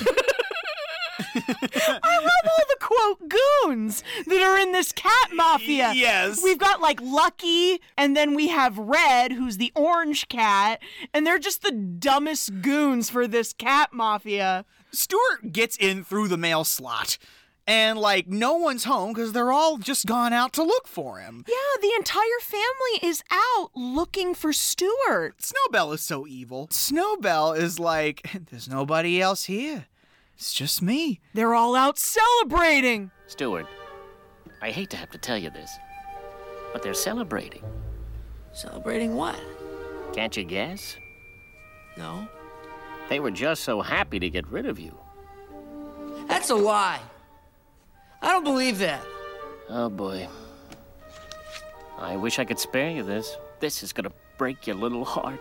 Speaker 2: I love all the quote goons that are in this cat mafia.
Speaker 1: Yes.
Speaker 2: We've got like Lucky, and then we have Red, who's the orange cat, and they're just the dumbest goons for this cat mafia.
Speaker 1: Stuart gets in through the mail slot. And like no one's home because they're all just gone out to look for him.
Speaker 2: Yeah, the entire family is out looking for Stuart.
Speaker 1: Snowbell is so evil. Snowbell is like, there's nobody else here. It's just me.
Speaker 2: They're all out celebrating.
Speaker 3: Steward, I hate to have to tell you this, but they're celebrating.
Speaker 22: Celebrating what?
Speaker 3: Can't you guess?
Speaker 22: No.
Speaker 3: They were just so happy to get rid of you.
Speaker 22: That's a lie. I don't believe that.
Speaker 3: Oh boy. I wish I could spare you this. This is gonna break your little heart.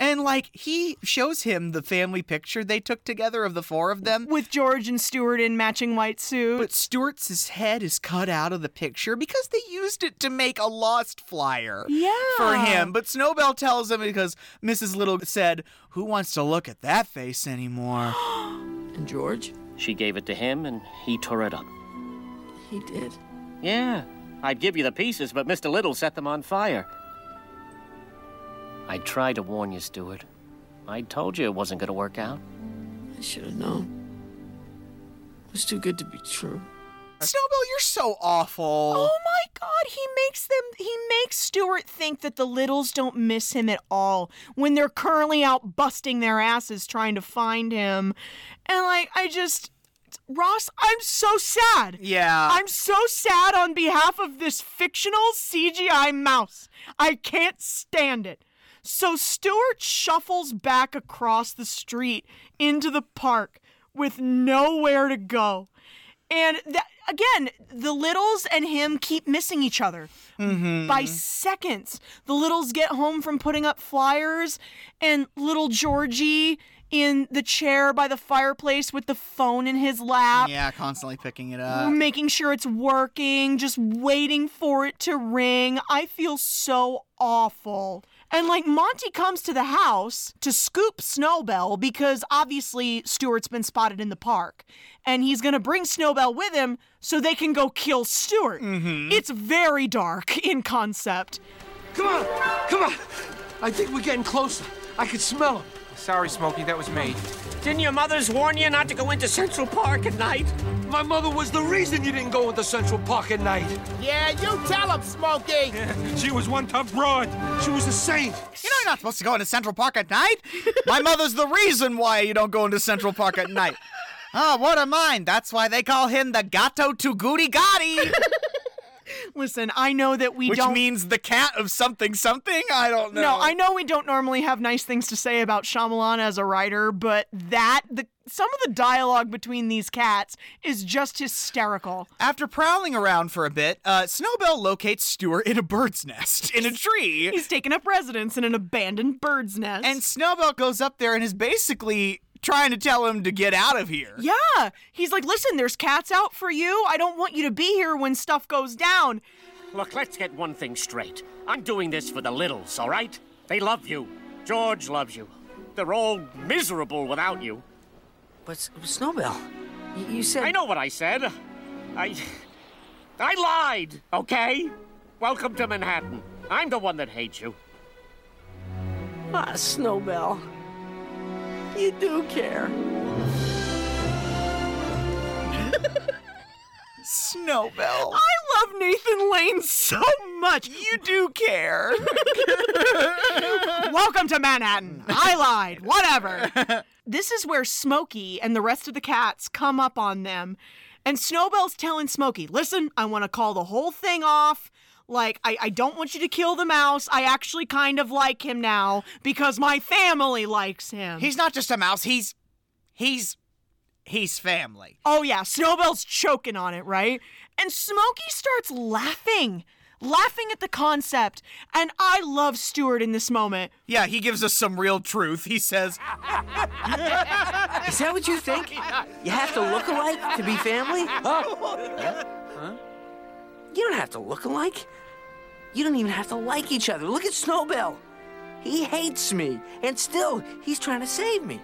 Speaker 1: And like he shows him the family picture they took together of the four of them.
Speaker 2: With George and Stuart in matching white suits.
Speaker 1: But Stuart's head is cut out of the picture because they used it to make a lost flyer
Speaker 2: Yeah.
Speaker 1: for him. But Snowbell tells him because Mrs. Little said, Who wants to look at that face anymore?
Speaker 22: And George?
Speaker 3: She gave it to him and he tore it up.
Speaker 22: He did.
Speaker 3: Yeah, I'd give you the pieces, but Mr. Little set them on fire. I tried to warn you, Stewart. I told you it wasn't gonna work out.
Speaker 22: I should have known. It was too good to be true.
Speaker 1: Snowbell, you're so awful.
Speaker 2: Oh my god, he makes them he makes Stuart think that the littles don't miss him at all when they're currently out busting their asses trying to find him. And like I just Ross, I'm so sad.
Speaker 1: Yeah.
Speaker 2: I'm so sad on behalf of this fictional CGI mouse. I can't stand it. So Stuart shuffles back across the street into the park with nowhere to go. And that, again, the littles and him keep missing each other
Speaker 1: Mm-hmm.
Speaker 2: by seconds. The littles get home from putting up flyers, and little Georgie in the chair by the fireplace with the phone in his lap.
Speaker 1: Yeah, constantly picking it
Speaker 2: We're
Speaker 1: up.
Speaker 2: making sure it's working, just waiting for it to ring. I feel so awful. And like Monty comes to the house to scoop Snowbell because obviously Stuart's been spotted in the park and he's going to bring Snowbell with him so they can go kill Stuart. It's very dark in concept.
Speaker 15: Come on, come on. I think we're getting closer. I can smell him.
Speaker 18: Sorry, Smokey, that was me.
Speaker 7: Didn't your mothers warn you not to go into Central Park at night?
Speaker 15: My mother was the reason you didn't go into Central Park at night.
Speaker 17: Yeah, you tell him, Smokey.
Speaker 15: She was one tough broad. She was a saint.
Speaker 1: You know you're not supposed to go into Central Park at night. My mother's the reason why you don't go into Central Park at night. Ah, what a mind. That's why they call him the Gato Tuguri Gatti,
Speaker 2: Listen, I know that we
Speaker 1: which
Speaker 2: don't
Speaker 1: means the cat of something something. I don't know.
Speaker 2: No, I know we don't normally have nice things to say about Shyamalan as a writer, but that the some of the dialogue between these cats is just hysterical.
Speaker 1: After prowling around for a bit, uh, Snowbell locates Stuart in a bird's nest in a tree.
Speaker 2: He's taken up residence in an abandoned bird's nest.
Speaker 1: And Snowbell goes up there and is basically trying to tell him to get out of here.
Speaker 2: yeah, he's like, "Listen, there's cats out for you. I don't want you to be here when stuff goes down."
Speaker 7: Look, let's get one thing straight. I'm doing this for the littles, all right? They love you. George loves you. They're all miserable without you. But Snowbell, you said. I know what I said. I. I lied, okay? Welcome to Manhattan. I'm the one that hates you.
Speaker 22: Ah, Snowbell. You do care.
Speaker 1: Snowbell.
Speaker 2: I love Nathan Lane so much. You do care. Welcome to Manhattan. I lied. Whatever. this is where Smokey and the rest of the cats come up on them. And Snowbell's telling Smokey, listen, I want to call the whole thing off. Like, I, I don't want you to kill the mouse. I actually kind of like him now because my family likes him.
Speaker 21: He's not just a mouse, he's. He's. He's family.
Speaker 2: Oh, yeah, Snowbell's choking on it, right? And Smokey starts laughing, laughing at the concept. And I love Stuart in this moment.
Speaker 1: Yeah, he gives us some real truth. He says,
Speaker 10: Is that what you think? You have to look alike to be family? Huh? Huh? You don't have to look alike. You don't even have to like each other. Look at Snowbell. He hates me, and still, he's trying to save me.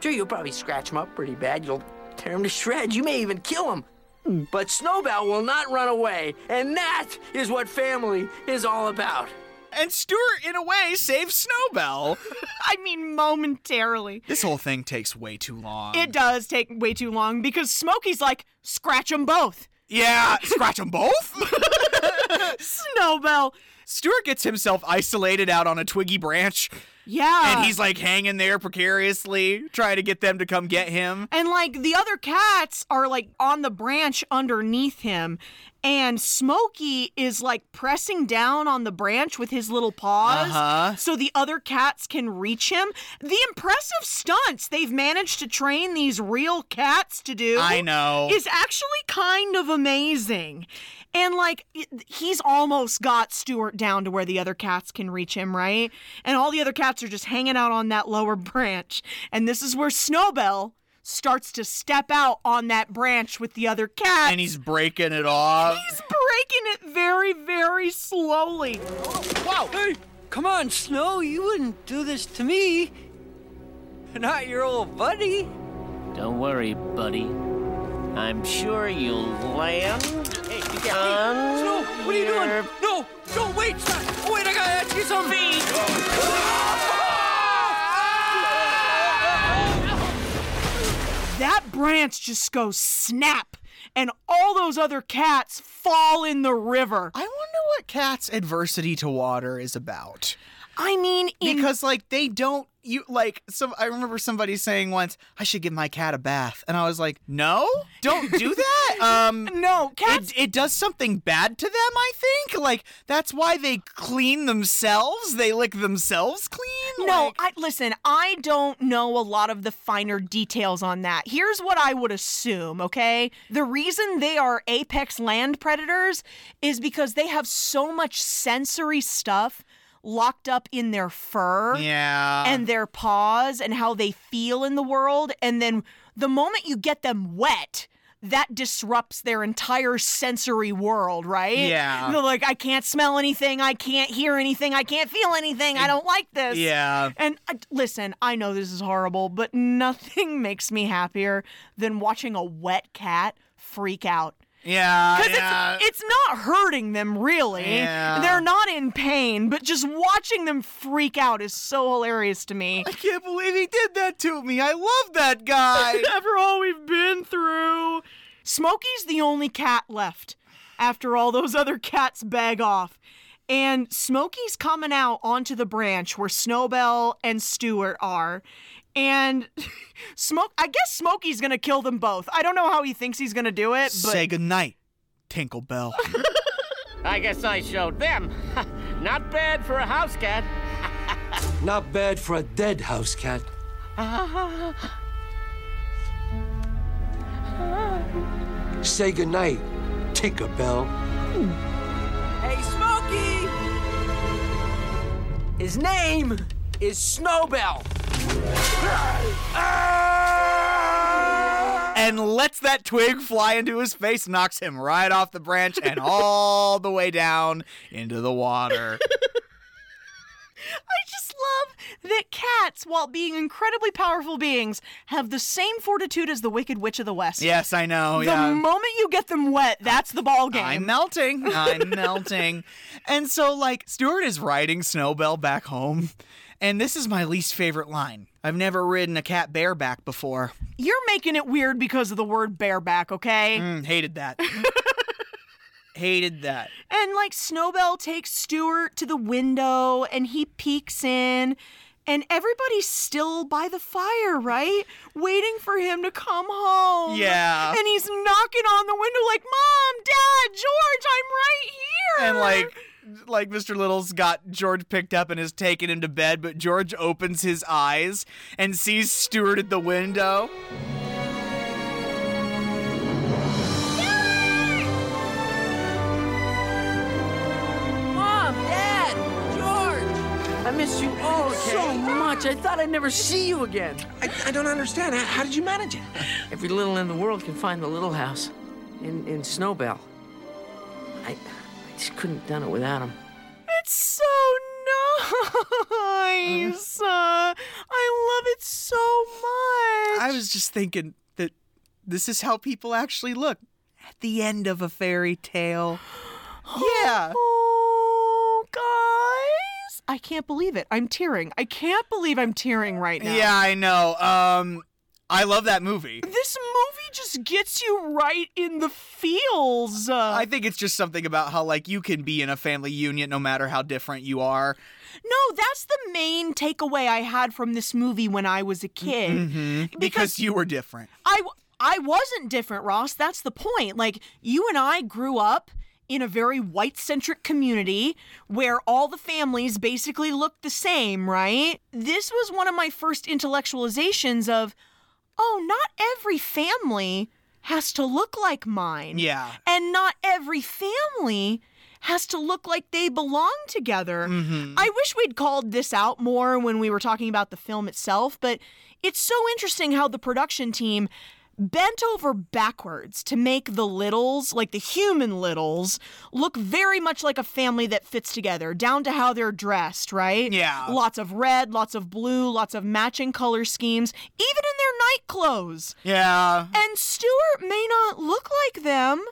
Speaker 10: Sure, you'll probably scratch him up pretty bad. You'll tear him to shreds. You may even kill him. But Snowbell will not run away, and that is what family is all about.
Speaker 1: And Stuart, in a way, saves Snowbell.
Speaker 2: I mean, momentarily.
Speaker 1: This whole thing takes way too long.
Speaker 2: It does take way too long because Smokey's like, scratch them both.
Speaker 1: yeah, scratch them both?
Speaker 2: Snowbell.
Speaker 1: Stuart gets himself isolated out on a twiggy branch.
Speaker 2: Yeah.
Speaker 1: And he's like hanging there precariously, trying to get them to come get him.
Speaker 2: And like the other cats are like on the branch underneath him. And Smokey is like pressing down on the branch with his little paws
Speaker 1: Uh-huh.
Speaker 2: so the other cats can reach him. The impressive stunts they've managed to train these real cats to do
Speaker 1: I know.
Speaker 2: is actually kind of amazing. And like it- he's almost got Stuart down to where the other cats can reach him, right? And all the other cats are just hanging out on that lower branch. And this is where Snowbell starts to step out on that branch with the other cats.
Speaker 1: And he's breaking it off.
Speaker 2: He's breaking it very, very slowly.
Speaker 14: Wow! Hey, come on, Snow. You wouldn't do this to me. Not your old buddy.
Speaker 3: Don't worry, buddy. I'm sure you'll land. on
Speaker 14: Snow, what are you doing?
Speaker 3: your
Speaker 14: No, no, wait, stop. Oh, wait, I gotta ask you something.
Speaker 2: That branch just goes snap, and all those other cats fall in the river.
Speaker 1: I wonder what cats' adversity to water is about.
Speaker 2: I mean, in-
Speaker 1: because like they don't you like some. I remember somebody saying once, "I should give my cat a bath," and I was like, "No, don't do that." um,
Speaker 2: no,
Speaker 1: cats. It, it does something bad to them. I think like that's why they clean themselves. They lick themselves clean.
Speaker 2: No, I listen, I don't know a lot of the finer details on that. Here's what I would assume, okay? The reason they are apex land predators is because they have so much sensory stuff locked up in their fur
Speaker 1: Yeah.
Speaker 2: and their paws and how they feel in the world and then the moment you get them wet that disrupts their entire sensory world, right?
Speaker 1: Yeah.
Speaker 2: They're like, I can't smell anything. I can't hear anything. I can't feel anything. I don't like this.
Speaker 1: Yeah.
Speaker 2: And I, listen, I know this is horrible, but nothing makes me happier than watching a wet cat freak out.
Speaker 1: Yeah.
Speaker 2: Because it's, it's not hurting them, really.
Speaker 1: Yeah.
Speaker 2: They're not in pain, but just watching them freak out is so hilarious to me.
Speaker 1: I can't believe he did that to me. I love that guy.
Speaker 2: After all we've been through. Smokey's the only cat left after all those other cats bag off. And Smokey's coming out onto the branch where Snowbell and Stuart are. And Smoke I guess Smokey's gonna kill them both. I don't know how he thinks he's gonna do it, but
Speaker 1: Say goodnight, Tinkle Bell.
Speaker 7: I guess I showed them. Not bad for a house cat.
Speaker 15: Not bad for a dead house cat. Say goodnight, Tinkerbell.
Speaker 22: Hey, Smokey! His name is Snowbell.
Speaker 1: and lets that twig fly into his face, knocks him right off the branch and all the way down into the water.
Speaker 2: I just love that cats, while being incredibly powerful beings, have the same fortitude as the Wicked Witch of the West.
Speaker 1: Yes, I know.
Speaker 2: the
Speaker 1: yeah.
Speaker 2: moment you get them wet, that's the ball game.
Speaker 1: I'm melting. I'm melting. And so, like, Stuart is riding Snowbell back home. And this is my least favorite line. I've never ridden a cat bareback before.
Speaker 2: You're making it weird because of the word bareback, okay?
Speaker 1: Mm, hated that. hated that.
Speaker 2: And like Snowbell takes Stuart to the window and he peeks in. And everybody's still by the fire, right? Waiting for him to come home.
Speaker 1: Yeah.
Speaker 2: And he's knocking on the window like, Mom, Dad, George, I'm right here.
Speaker 1: And like like Mr. Little's got George picked up and is taking him to bed, but George opens his eyes and sees Stuart at the window.
Speaker 22: Mom, Dad, George. I miss you all so much. I thought I'd never see you again. I, I don't understand. How, how did you manage it? Every little in the world can find the little house in, in Snowbell. I, I just couldn't have done it without him.
Speaker 2: It's so nice. Uh, I love it so much.
Speaker 1: I was just thinking that this is how people actually look at the end of a fairy tale. Yeah.
Speaker 2: Oh, guys. I can't believe it. I'm tearing. I can't believe I'm tearing right now.
Speaker 1: Yeah, I know. Um I love that movie.
Speaker 2: This movie just gets you right in the feels.
Speaker 1: I think it's just something about how like you can be in a family union no matter how different you are.
Speaker 2: No, that's the main takeaway I had from this movie when I was a kid.
Speaker 1: Mhm. Mm, Because, you were different.
Speaker 2: I w- I wasn't different, Ross. That's the point. Like you and I grew up in a very white-centric community where all the families basically looked the same, right? This was one of my first intellectualizations of oh, not every family has to look like mine.
Speaker 1: Yeah.
Speaker 2: And not every family has to look like they belong together.
Speaker 1: Mhm.
Speaker 2: I wish we'd called this out more when we were talking about the film itself, but it's so interesting how the production team bent over backwards to make the littles, like the human littles, look very much like a family that fits together, down to how they're dressed, right?
Speaker 1: Yeah.
Speaker 2: Lots of red, lots of blue, lots of matching color schemes, even in their night clothes.
Speaker 1: Yeah.
Speaker 2: And Stuart may not look like them,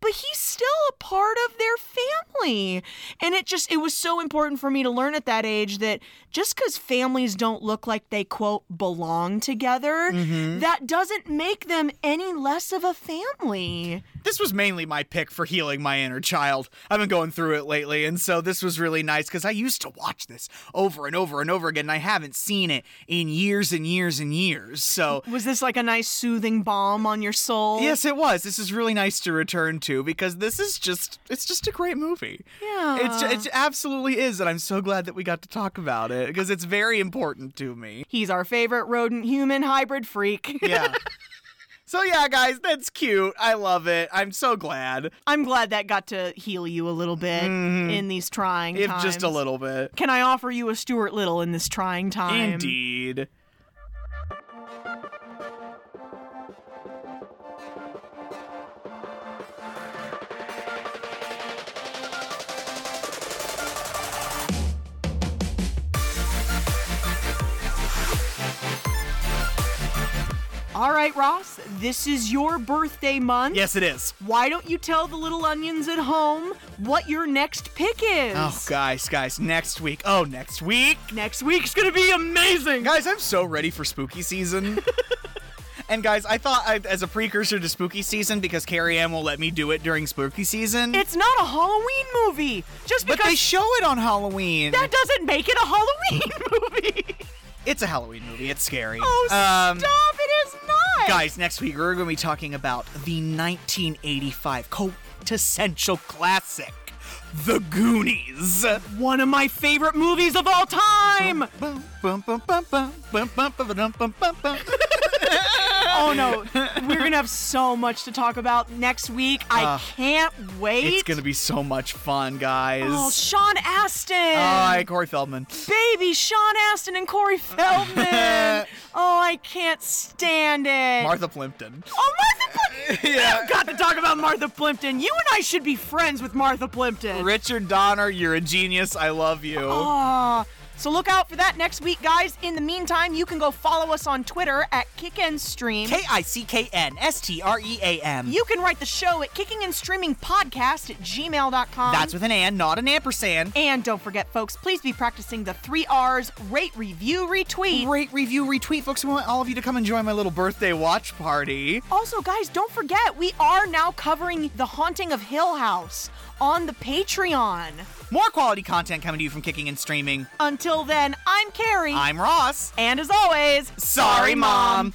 Speaker 2: but he's still a part of their family. And it just, it was so important for me to learn at that age that just because families don't look like they, quote, belong together,
Speaker 1: Mhm.
Speaker 2: that doesn't make them any less of a family.
Speaker 1: This was mainly my pick for healing my inner child. I've been going through it lately, and so this was really nice because I used to watch this over and over and over again, and I haven't seen it in years and years and years. So
Speaker 2: Was this like a nice soothing balm on your soul?
Speaker 1: Yes, it was. This is really nice to return to because this is just it's just a great movie.
Speaker 2: Yeah.
Speaker 1: It's it absolutely is and I'm so glad that we got to talk about it because it's very important to me.
Speaker 2: He's our favorite rodent human hybrid freak.
Speaker 1: Yeah. so yeah, guys, that's cute. I love it. I'm so glad.
Speaker 2: I'm glad that got to heal you a little bit
Speaker 1: Mhm.
Speaker 2: in these trying
Speaker 1: If
Speaker 2: times.
Speaker 1: just a little bit.
Speaker 2: Can I offer you a Stuart Little in this trying time?
Speaker 1: Indeed.
Speaker 2: All right, Ross, this is your birthday month.
Speaker 1: Yes, it is.
Speaker 2: Why don't you tell the little onions at home what your next pick is?
Speaker 1: Oh, guys, guys, next week. Oh, next week.
Speaker 2: Next week's gonna be amazing.
Speaker 1: Guys, I'm so ready for spooky season. and, guys, I thought I, as a precursor to spooky season, because Carrie Ann will let me do it during spooky season.
Speaker 2: It's not a Halloween movie. Just because
Speaker 1: But they show it on Halloween.
Speaker 2: that doesn't make it a Halloween movie.
Speaker 1: it's a Halloween movie. It's scary.
Speaker 2: Oh,
Speaker 1: Um,
Speaker 2: stop! It is not.
Speaker 1: Guys, next week we're going to be talking about the 1985 quintessential classic, The Goonies.
Speaker 2: One of my favorite movies of all time.
Speaker 1: Bum, bum, bum, bum, bum, bum, bum, bum, bum, bum, bum, bum.
Speaker 2: Oh no, we're gonna have so much to talk about next week. I
Speaker 1: Ugh.
Speaker 2: can't wait.
Speaker 1: Ah. It's gonna be so much fun, guys.
Speaker 2: Oh, Sean Astin.
Speaker 1: Oh, hi, Corey Feldman.
Speaker 2: Baby Sean Astin and Corey Feldman. oh, I can't stand it.
Speaker 1: Martha Plimpton.
Speaker 2: Oh, Martha Plimpton.
Speaker 1: Yeah.
Speaker 2: We've got to talk about Martha Plimpton. You and I should be friends with Martha Plimpton.
Speaker 1: Richard Donner, you're a genius. I love you.
Speaker 2: Ah. So look out for that next week, guys. In the meantime, you can go follow us on Twitter at Kick and Stream.
Speaker 21: K I C K N S T R E A M.
Speaker 2: You can write the show at kicking and streaming podcast at gmail.com.
Speaker 21: That's with an and, not an ampersand.
Speaker 2: And don't forget, folks, please be practicing the three R's rate, review, retweet.
Speaker 1: Rate, review, retweet, folks. We want all of you to come enjoy my little birthday watch party.
Speaker 2: Also, guys, don't forget, we are now covering The Haunting of Hill House on the Patreon.
Speaker 21: More quality content coming to you from Kicking and Streaming.
Speaker 2: Until then, I'm Carrie.
Speaker 21: I'm Ross.
Speaker 2: And as always,
Speaker 21: Sorry, Mom.